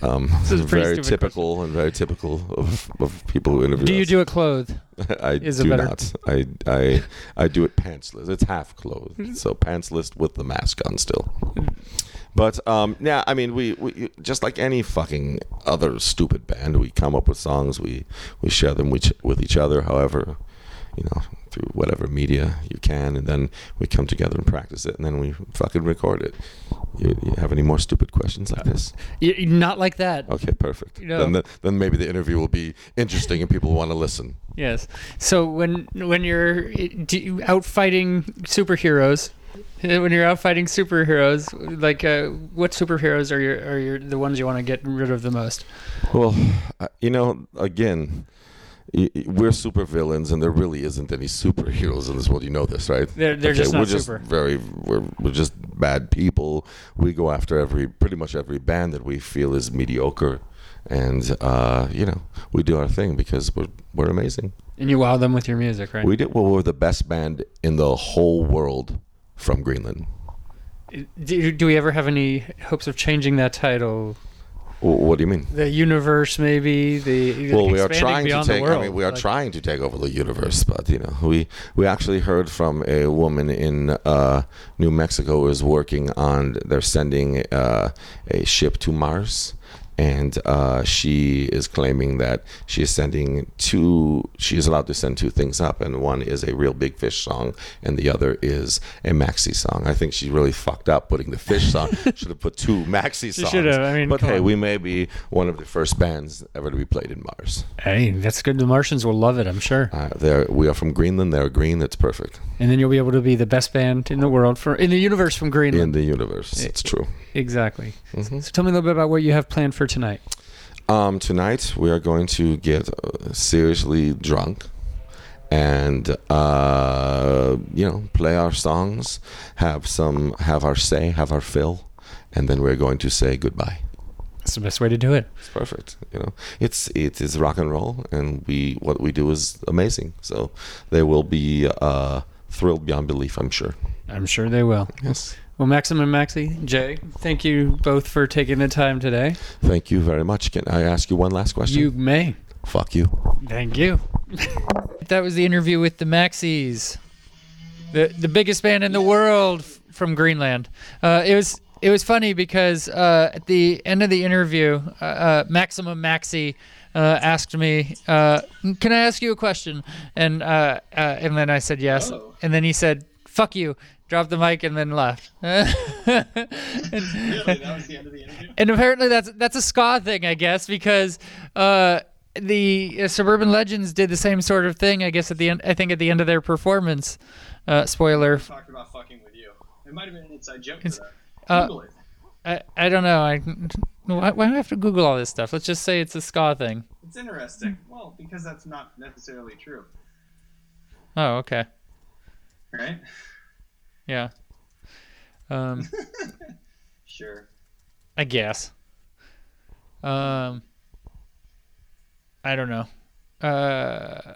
Um, is a pretty very stupid typical and very typical of, of people who interview. do you us. do it clothed? [LAUGHS] I is it do better? not. I, I I do it pantsless. It's half Mm-hmm. clothed, so pantsless with the mask on still. But um, yeah, I mean, we, we just like any fucking other stupid band, we come up with songs, we we share them with, with each other. However, you know, through whatever media you can, and then we come together and practice it, and then we fucking record it. You, you have any more stupid questions like this? You, you- not like that. Okay, perfect. Uh, You know- Then the, then maybe the interview will be interesting and people want to listen. Yes. So when when you're do you, out fighting superheroes, eh, when you're out fighting superheroes, like uh, what superheroes are your are your the ones you want to get rid of the most? Well, uh, you know, again, y- y- we're super villains, and there really isn't any superheroes in this world. You know this, right? They're- they're just we're not just super. very we're, we're just bad people. We go after every pretty much every band that we feel is mediocre, and uh, you know, we do our thing because we're we're amazing. And you wow them with your music, right? We did well. We're the best band in the whole world from Greenland. do, do we ever have any hopes of changing that title? W- What do you mean? The universe, maybe the well, like we are expanding trying to beyond the take. I world, mean, we are like- trying to take over the universe, but you know, we we actually heard from a woman in uh, New Mexico who is working on. They're sending uh, a ship to Mars, and uh, she is claiming that she is sending two. She is allowed to send two things up, and one is a real big fish song, and the other is a maxi song. I think she really fucked up putting the [LAUGHS] fish song. Should have put two maxi songs. should have. I mean, but come hey, on. we may be one of the first bands ever to be played in Mars. Hey, that's good. The Martians will love it, I'm sure. Uh, there, we are from Greenland. They're green. That's perfect And then you'll be able to be the best band in the world for in the universe from Greenland. in the universe. It's true. exactly. Mm-hmm. So tell me a little bit about what you have planned for tonight. Um, tonight we are going to get uh, seriously drunk and uh, you know play our songs, have some, have our say, have our fill, and then we're going to say goodbye. That's the best way to do it. It's perfect. You know, it's it is rock and roll, and we what we do is amazing. So they will be uh, thrilled beyond belief. I'm sure. I'm sure they will. Yes. Well, Maxim and Maxie, Jay, thank you both for taking the time today. Thank you very much. Can I ask you one last question? You may. Fuck you. Thank you. that was the interview with the Maxies, the the biggest band in the world f- from Greenland. Uh, it was it was funny because uh, at the end of the interview, uh, uh, Maximum Maxi. Uh, asked me, uh, "Can I ask you a question?" And uh, uh, and then I said yes. Oh. And then he said, "Fuck you," dropped the mic, and then left. [LAUGHS] Really, that was the end of the interview. And apparently that's that's a ska thing, I guess, because uh, the uh, Suburban Legends did the same sort of thing, I guess, at the end. I think at the end of their performance. Uh, spoiler. Talked about fucking with you. It might have been an inside joke. It's- for that. uh, Google it. I, I don't know. I why, why do I have to Google all this stuff? Let's just say it's a ska thing. It's interesting. Hmm. Well, because that's not necessarily true, Oh, okay. right? Yeah. Um, Sure. I guess. Um, I don't know. Uh,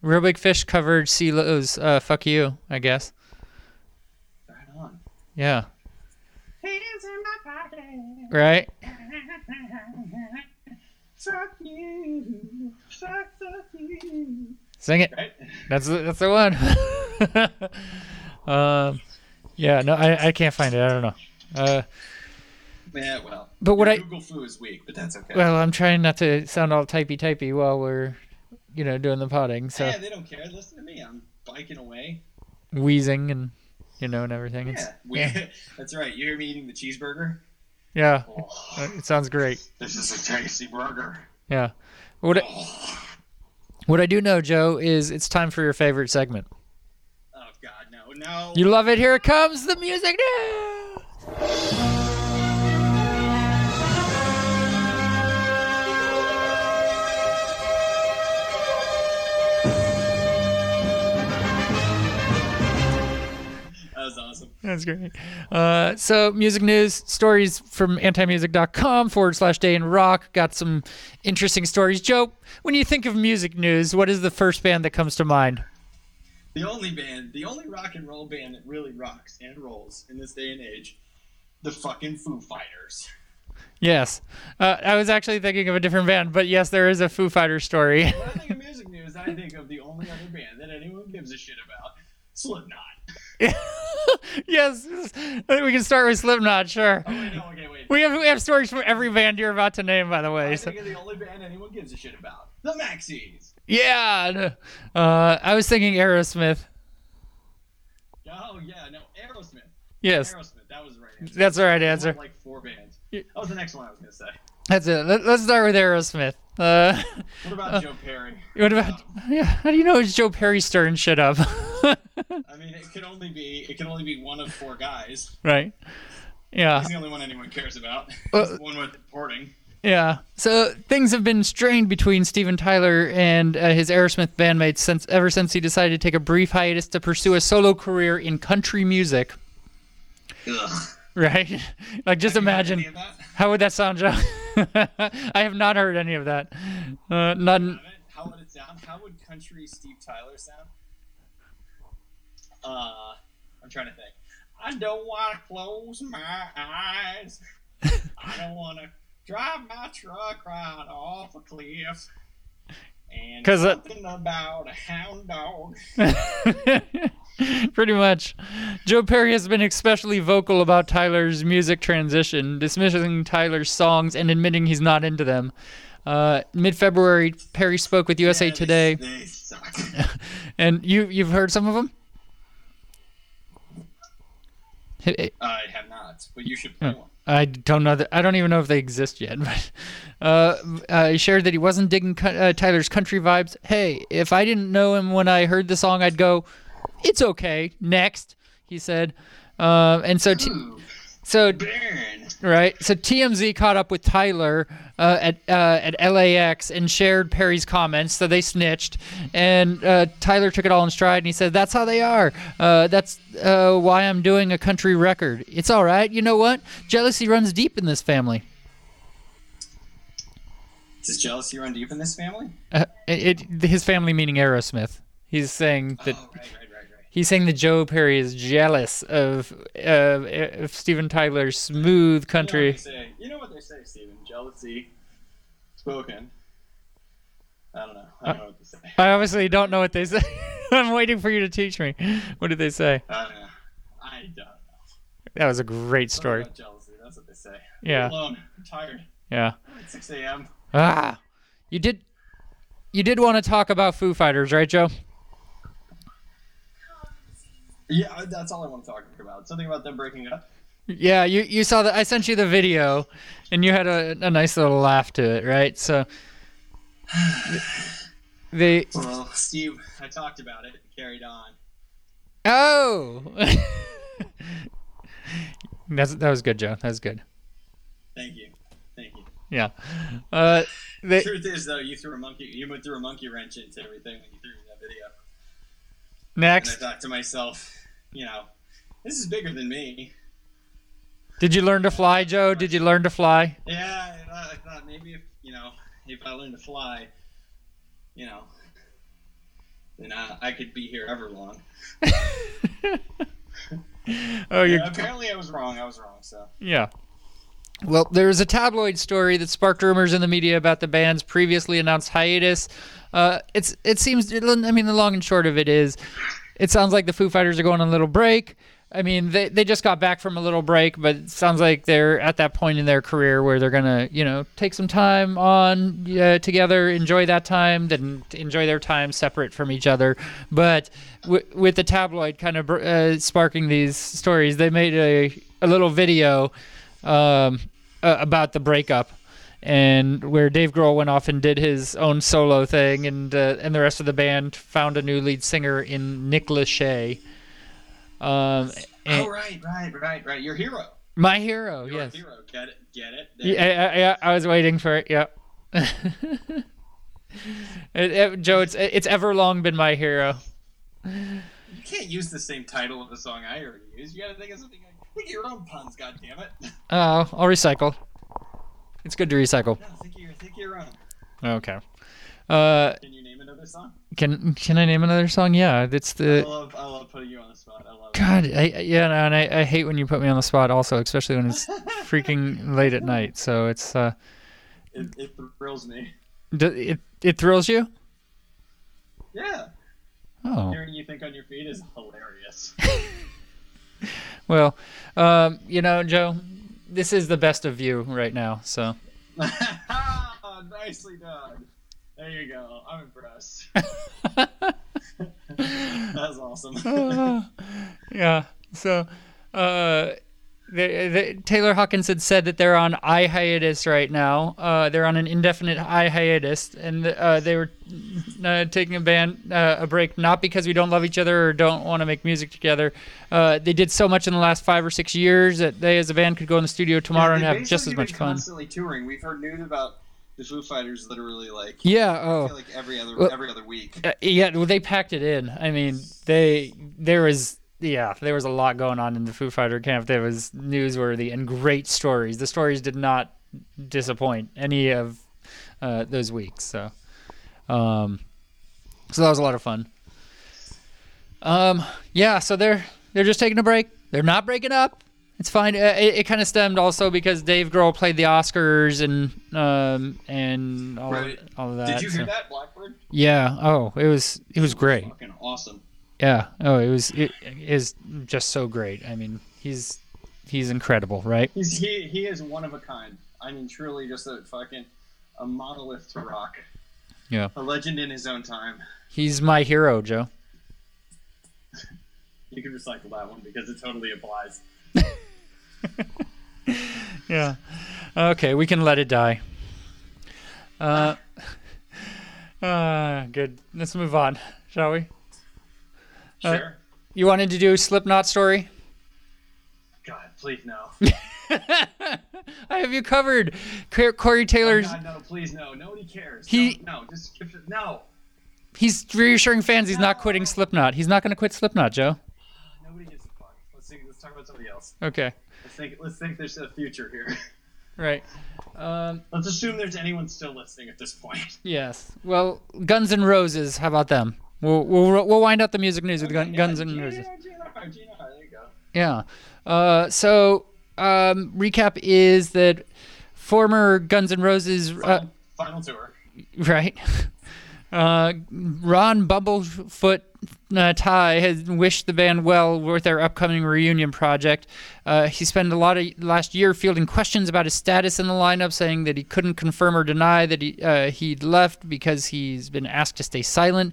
Real Big Fish covered CeeLo's uh, "Fuck You," I guess. Right on. Yeah. Right? Fuck you. Fuck, fuck you. Sing it. Right? [LAUGHS] That's the, that's the one. [LAUGHS] um, yeah, no, I, I can't find it. I don't know. Uh, Yeah, well. But what your I- Google flu is weak, but that's okay. well, I'm trying not to sound all typey typey while we're, you know, doing the potting. So yeah, they don't care. Listen to me. I'm biking away. wheezing and, you know, and everything. It's, Yeah, we, [LAUGHS] that's right. You hear me eating the cheeseburger? yeah, Oh, it sounds great. [LAUGHS] this is a tasty burger. Yeah. What I, what I do know, Joe, is it's time for your favorite segment. Oh God, no, no. You love it. Here it comes. The music now. That was awesome. That's great. Uh, so, music news stories from antimusic.com forward slash day in rock. Got some interesting stories. Joe, when you think of music news, what is the first band that comes to mind? The only band, the only rock and roll band that really rocks and rolls in this day and age, the fucking Foo Fighters. Yes. Uh, I was actually thinking of a different band, but yes, there is a Foo Fighter story. [LAUGHS] When I think of music news, I think of the only other band that anyone gives a shit about, [LAUGHS] Slipknot. yes. I think we can start with Slipknot, sure. Oh, wait, no, okay, wait. We have, we have stories from every band you're about to name, by the I way. So. think of the only band anyone gives a shit about, the Maxis. Yeah. I know. Uh, I was thinking Aerosmith. Oh yeah, no, Aerosmith. Yes. Aerosmith, that was the right answer. That's the right I answer. went Like four bands. That was the next one I was gonna say. That's it. Let, let's start with Aerosmith. Uh, [LAUGHS] What about Joe Perry? what about? Yeah, how do you know it's Joe Perry stirring shit up? [LAUGHS] I mean, it can only be it can only be one of four guys. right. Yeah. He's the only one anyone cares about. Uh, one with reporting. Yeah. So things have been strained between Steven Tyler and uh, his Aerosmith bandmates since ever since he decided to take a brief hiatus to pursue a solo career in country music. Ugh. Right? [LAUGHS] like just Any imagine of that? how would that sound, Joe? [LAUGHS] I have not heard any of that. Uh, none. How would it sound? How would country Steve Tyler sound? Uh, I'm trying to think. I don't want to close my eyes. I don't want to drive my truck right off a cliff. And 'Cause it- something about a hound dog. [LAUGHS] Pretty much. Joe Perry has been especially vocal about Tyler's music transition, dismissing Tyler's songs and admitting he's not into them. Uh, Mid February, Perry spoke with USA Yeah, they- Today, They suck. [LAUGHS] and you, you've heard some of them? I- I have not, but you should play one. I don't know. That, I don't even know if they exist yet. [LAUGHS] But uh, uh, he shared that he wasn't digging co- uh, Tyler's country vibes. Hey, if I didn't know him when I heard the song, I'd go, "It's okay." Next, he said, uh, and so t- so Burn. Right. So TMZ caught up with Tyler uh, at uh, at LAX and shared Perry's comments. So they snitched, and uh, Tyler took it all in stride and he said, "That's how they are. Uh, that's uh, why I'm doing a country record. It's all right. You know what? Jealousy runs deep in this family. Does jealousy run deep in this family? Uh, it, it- his family meaning Aerosmith. He's saying that." Oh, right, right, right, right. He's saying that Joe Perry is jealous of of, of Steven Tyler's smooth You know what country. they say. You know what they say, Steven. Jealousy spoken. I don't know. I don't know what to say. I obviously don't know what they say. [LAUGHS] I'm waiting for you to teach me. What did they say? I don't know. I don't know. That was a great Something story. about jealousy. That's what they say. Yeah. I'm alone. I'm tired. Yeah. It's 6 a.m. Ah, you did. You did want to talk about Foo Fighters, right, Joe? Yeah, I- that's all I want to talk about. Something about them breaking up. Yeah. You you saw that I sent you the video, and you had a, a nice little laugh to it, right? So. [SIGHS] They Well, Steve, I talked about it. and Carried on. oh. [LAUGHS] That's, that was good, Joe. That was good. Thank you. Thank you. Yeah. Uh, they, Truth is, though, you threw a monkey. You threw a monkey wrench into everything when you threw me that video. And I next, thought to myself, you know, this is bigger than me. did you learn to fly, Joe? Did you learn to fly? Yeah, and I I thought maybe if you know if I learn to fly, you know, then I, I could be here ever long. Oh, you're Yeah, apparently, I was wrong. I was wrong. So Yeah. Well, there was a tabloid story that sparked rumors in the media about the band's previously announced hiatus. Uh, it's it seems I mean the long and short of it is, it sounds like the Foo Fighters are going on a little break. I mean they they just got back from a little break, but it sounds like they're at that point in their career where they're gonna you know take some time on uh, together, enjoy that time, then enjoy their time separate from each other. But w- with the tabloid kind of uh, sparking these stories, they made a a little video um, uh, about the breakup, and where Dave Grohl went off and did his own solo thing, and uh, and the rest of the band found a new lead singer in Nick Lachey. Um, and oh right, right, right, right. Your hero. my hero, Your yes, hero. Get it. Get it. There. yeah, yeah, yeah, I was waiting for it. Yeah. [LAUGHS] It- it- Joe, it's it's ever long been my hero. You can't use the same title of the song I already used. You gotta think of something. Like, think of your own puns. God damn [LAUGHS] it. Oh, I'll recycle. It's good to recycle. No, think of your. Think of your own. Okay. Uh, Can you name another song? can can I name another song? Yeah, it's I the love. I love putting you on the spot. I love. it. Uh, God, I, I- yeah, no, and I, I hate when you put me on the spot, also, especially when it's freaking late at night. So it's uh, It, it thrills me. d- it it thrills you. Yeah. Oh Hearing you think on your feet is hilarious. well, um, you know, Joe, this is the best of you right now. So Ah, Nicely done. There you go. [LAUGHS] I'm impressed. [LAUGHS] That's awesome. yeah, so uh, they, they, Taylor Hawkins had said that they're on I hiatus right now. Uh, they're on an indefinite I hiatus, and uh, they were uh, taking a band uh, a break not because we don't love each other or don't want to make music together. Uh, they did so much in the last five or six years that they, as a band, could go in the studio tomorrow and They've have just as basically much been fun. Constantly touring. We've heard news about the Foo Fighters literally like Yeah. I Oh. feel like every other Well- every other week. Uh, yeah, well, they packed it in. I mean, they there was yeah, there was a lot going on in the Foo Fighter camp. There was newsworthy and great stories. The stories did not disappoint any of uh, those weeks. So, um, so that was a lot of fun. Um, yeah, so they're they're just taking a break. They're not breaking up. It's fine. Uh, It, it kind of stemmed also because Dave Grohl played the Oscars and um and all, Right. all of that. Did you hear so- that Blackbird? yeah. Oh, it was it was great. Fucking awesome. Yeah. Oh, it was it is just so great. I mean, he's he's incredible, right? He's he he is one of a kind. I mean, truly just a fucking a monolith to rock. Yeah. A legend in his own time. He's my hero, Joe. You can recycle that one because it totally applies. Yeah. Okay, we can let it die. Uh, [LAUGHS] uh good. Let's move on, shall we? Uh, Sure. You wanted to do Slipknot story? God, please no. I have you covered. Cor- Corey Taylor's God, no, please no. Nobody cares. He- no, no, just skip it. No, he's reassuring fans he's not quitting Slipknot. He's not going to quit Slipknot, Joe. nobody gets a fuck. Let's think, let's talk about something else. Okay. Let's think. Let's think. There's a future here. [LAUGHS] Right. Um Let's assume there's anyone still listening at this point. Yes. Well, Guns N' Roses. How about them? We'll we'll, we'll wind up the music news with [LAUGHS] gun, Guns N' Roses. there you go. Yeah. Uh, so um, recap is that former Guns N' Roses, uh, Final, final tour. right? [LAUGHS] Uh, Ron Bumblefoot uh, Ty has wished the band well with their upcoming reunion project. Uh, he spent a lot of last year fielding questions about his status in the lineup, saying that he couldn't confirm or deny that he uh, he'd left because he's been asked to stay silent.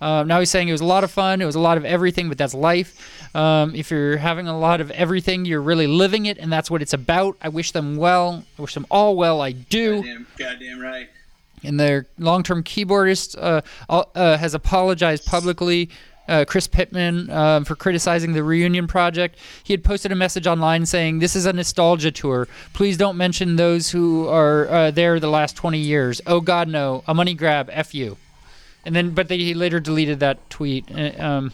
Uh, now he's saying it was a lot of fun. It was a lot of everything, but that's life. Um, if you're having a lot of everything, you're really living it, and that's what it's about. I wish them well. I wish them all well. I do Damn, goddamn right. and their long-term keyboardist uh, al- uh, has apologized publicly. Uh, Chris Pittman um, for criticizing the reunion project. He had posted a message online saying, "This is a nostalgia tour. Please don't mention those who are uh, there the last 20 years. Oh God, no! A money grab. F you." And then, but they, he later deleted that tweet. uh, Um,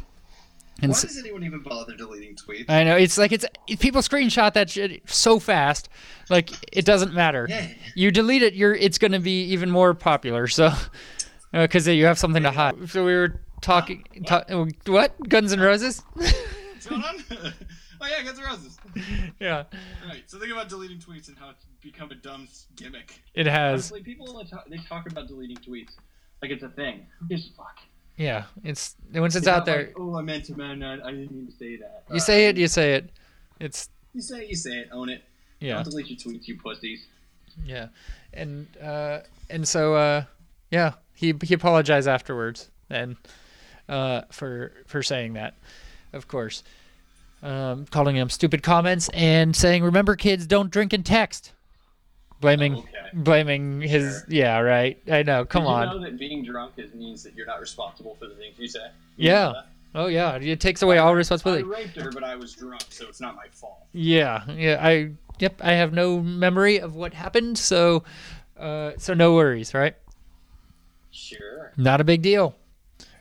and Why s- does anyone even bother deleting tweets? I know it's like it's it- people screenshot that shit so fast, like it doesn't matter. Yeah. [LAUGHS] You delete it, you're it's gonna be even more popular. So, [LAUGHS] because you have something to hide. So we were talking. ta- what Guns N' Roses? What's going on? [LAUGHS] oh yeah, Guns N' [LAUGHS] Roses. [LAUGHS] yeah, Alright, so think about deleting tweets and how it's become a dumb s- gimmick. it has. Honestly, people they talk, they talk about deleting tweets like it's a thing. Who gives a fuck? Yeah, it's once it's They're out not there, like, oh, I meant to, man. I I didn't mean to say that. you say it, you say it. It's You say it, you say it. Own it. yeah, Don't delete your tweets, you pussies. yeah, and uh, and so uh, yeah, he he apologized afterwards and uh, for for saying that, of course. um, calling him stupid comments and saying, "Remember, kids, don't drink and text." Blaming, Oh, Okay. blaming his, yeah, right. I know. Come Did on. you know that being drunk is, means that you're not responsible for the things you say? You yeah. know that? Oh yeah. It takes away all I responsibility. raped her, but I was drunk, so it's not my fault. Yeah. Yeah. I. Yep. I have no memory of what happened, so, uh, so no worries, right? Sure. Not a big deal.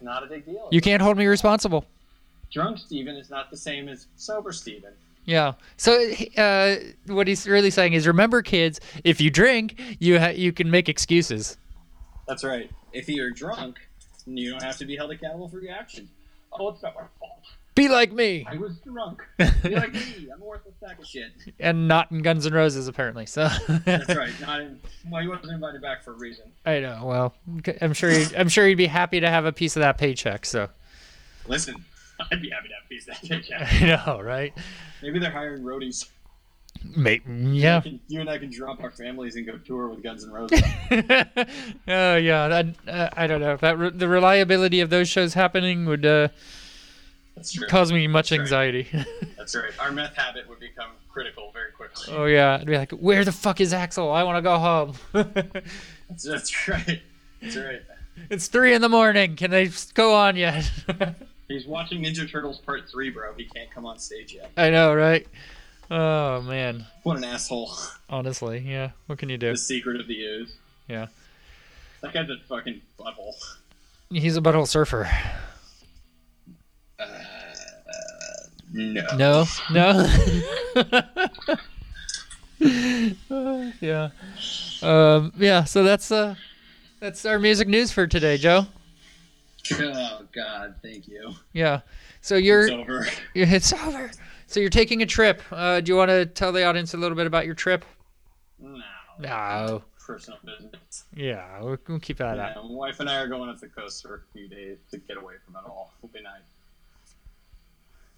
Not a big deal. You can't hold me responsible. drunk Steven is not the same as sober Steven. Yeah. So uh, what he's really saying is, remember, kids, if you drink, you ha- you can make excuses. That's right. If you're drunk, you don't have to be held accountable for your actions. Oh, it's not my fault. Be like me. I was drunk. You're like me. I'm a worthless sack of shit. and not in Guns N' Roses apparently. So That's right. Not in, well, he wasn't invited back for a reason. [LAUGHS] I know. Well, c- I'm sure he'd, I'm sure he'd be happy to have a piece of that paycheck. So [LAUGHS] Listen, [LAUGHS] I'd be happy to have peace that day. Yeah. I know, right? Maybe they're hiring roadies. Mate, yeah. [LAUGHS] Can- You and I can drop our families and go tour with Guns N' Roses. oh yeah. That, uh, I don't know. That re- the reliability of those shows happening would uh, That's true. Caused me much That's right. anxiety. [LAUGHS] That's right. Our meth habit would become critical very quickly. oh yeah, I'd be like, "Where the fuck is Axel? I want to go home." [LAUGHS] [LAUGHS] That's, that's right. That's right. it's three in the morning. Can they s- go on yet? [LAUGHS] He's watching Ninja Turtles Part 3, bro. He can't come on stage yet. I know, right? Oh man, What an asshole. honestly, yeah. What can you do? The secret of the ooze. Yeah, That guy's a fucking butthole. he's a butthole surfer. No. [LAUGHS] No, no. Uh, yeah, um, yeah. So that's uh, that's our music news for today, Joe. Oh, God. Thank you. Yeah. So you're It's over. [LAUGHS] It's over. So you're taking a trip. Uh, do you want to tell the audience a little bit about your trip? No. No. Personal business. Yeah, we'll, we'll keep that Yeah, my wife and I are going up the coast for a few days to get away from it all. It'll be nice.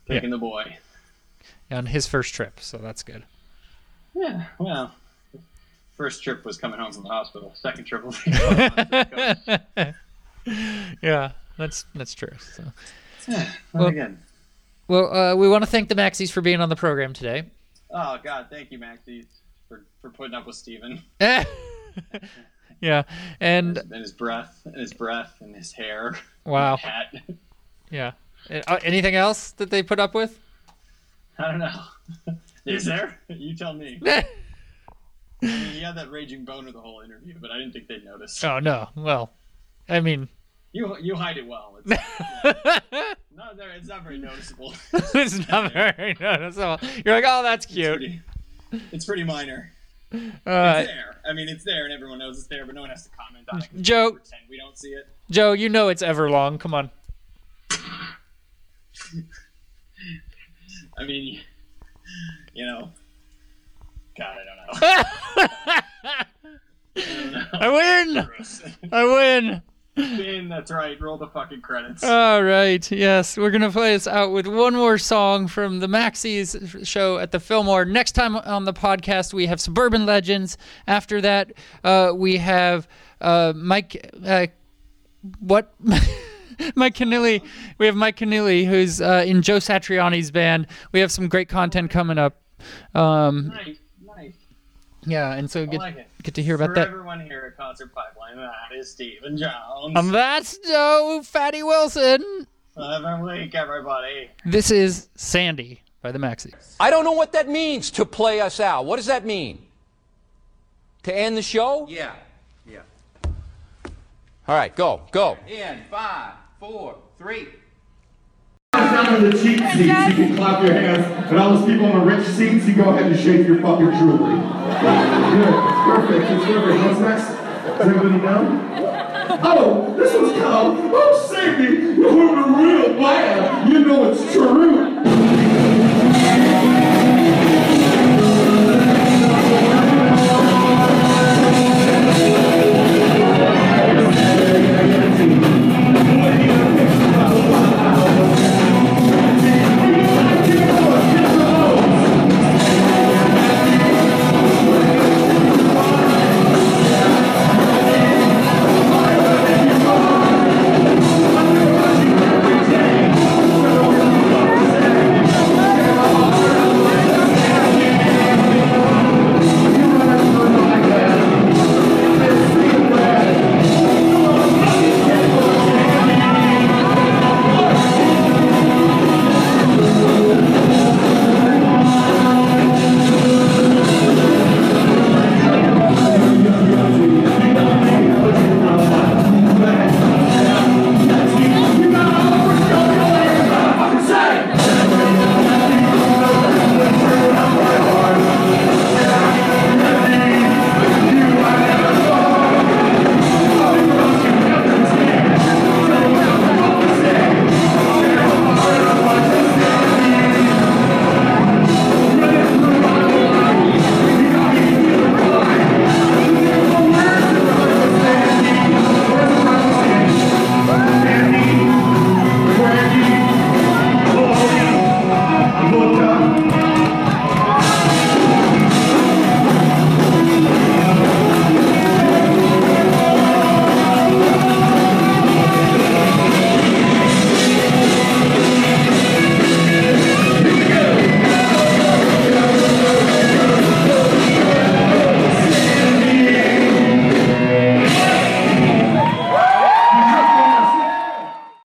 Taking the boy. on his first trip. So that's good. Yeah, well, first trip was coming home from the hospital. Second [LAUGHS] trip was going on the coast. yeah, that's that's true. So. Well, again. Well, uh, we want to thank the Maxis for being on the program today. [LAUGHS] Oh God, thank you, Maxie, for, for putting up with Steven yeah, and and his breath and his breath and his hair. wow, [LAUGHS] Hat. yeah. Uh, anything else that they put up with? [LAUGHS] I don't know. [LAUGHS] Is there? You tell me. Oh, I mean, he had that raging boner the whole interview, but I didn't think they'd notice. oh no. Well, I mean, [LAUGHS] You you hide it well. It's, not there. It's not [LAUGHS] very noticeable. [LAUGHS] It's it's not very noticeable. You're like, oh, that's cute. pretty, it's pretty minor. Uh, It's there. I mean, it's there, and everyone knows it's there, but no one has to comment on it. 'cause Joe- we pretend we don't see it. Joe, you know it's Everlong. Come on. [LAUGHS] I mean, [LAUGHS] you know, God, I I win. [LAUGHS] don't know. I win. Finn, that's right. Roll the fucking credits. All right. Yes, we're gonna play us out with one more song from the Maxis show at the Fillmore. Next time on the podcast, we have Suburban Legends. After that, uh, we have uh, Mike. Uh, what? [LAUGHS] Mike Keneally. We have Mike Keneally, who's uh, in Joe Satriani's band. We have some great content coming up. Um, nice, nice. yeah, and so I get like it. get to hear For about that. everyone here at Concert Pipeline, that is Steven Jones. Um, that's Joe Fatty Wilson. Have a week, everybody. This is Sandy by the Maxis. I don't know what that means to play us out. What does that mean? To end the show? Yeah. Yeah. All right, go, go. In five, four, three. down in the cheap seats, you can clap your hands, and all those people in the rich seats, you go ahead and shake your fucking jewelry. Good, it's perfect, it's perfect. What's next? Does everybody know? Oh, this one's called, oh, save me, you're the real man, you know it's true.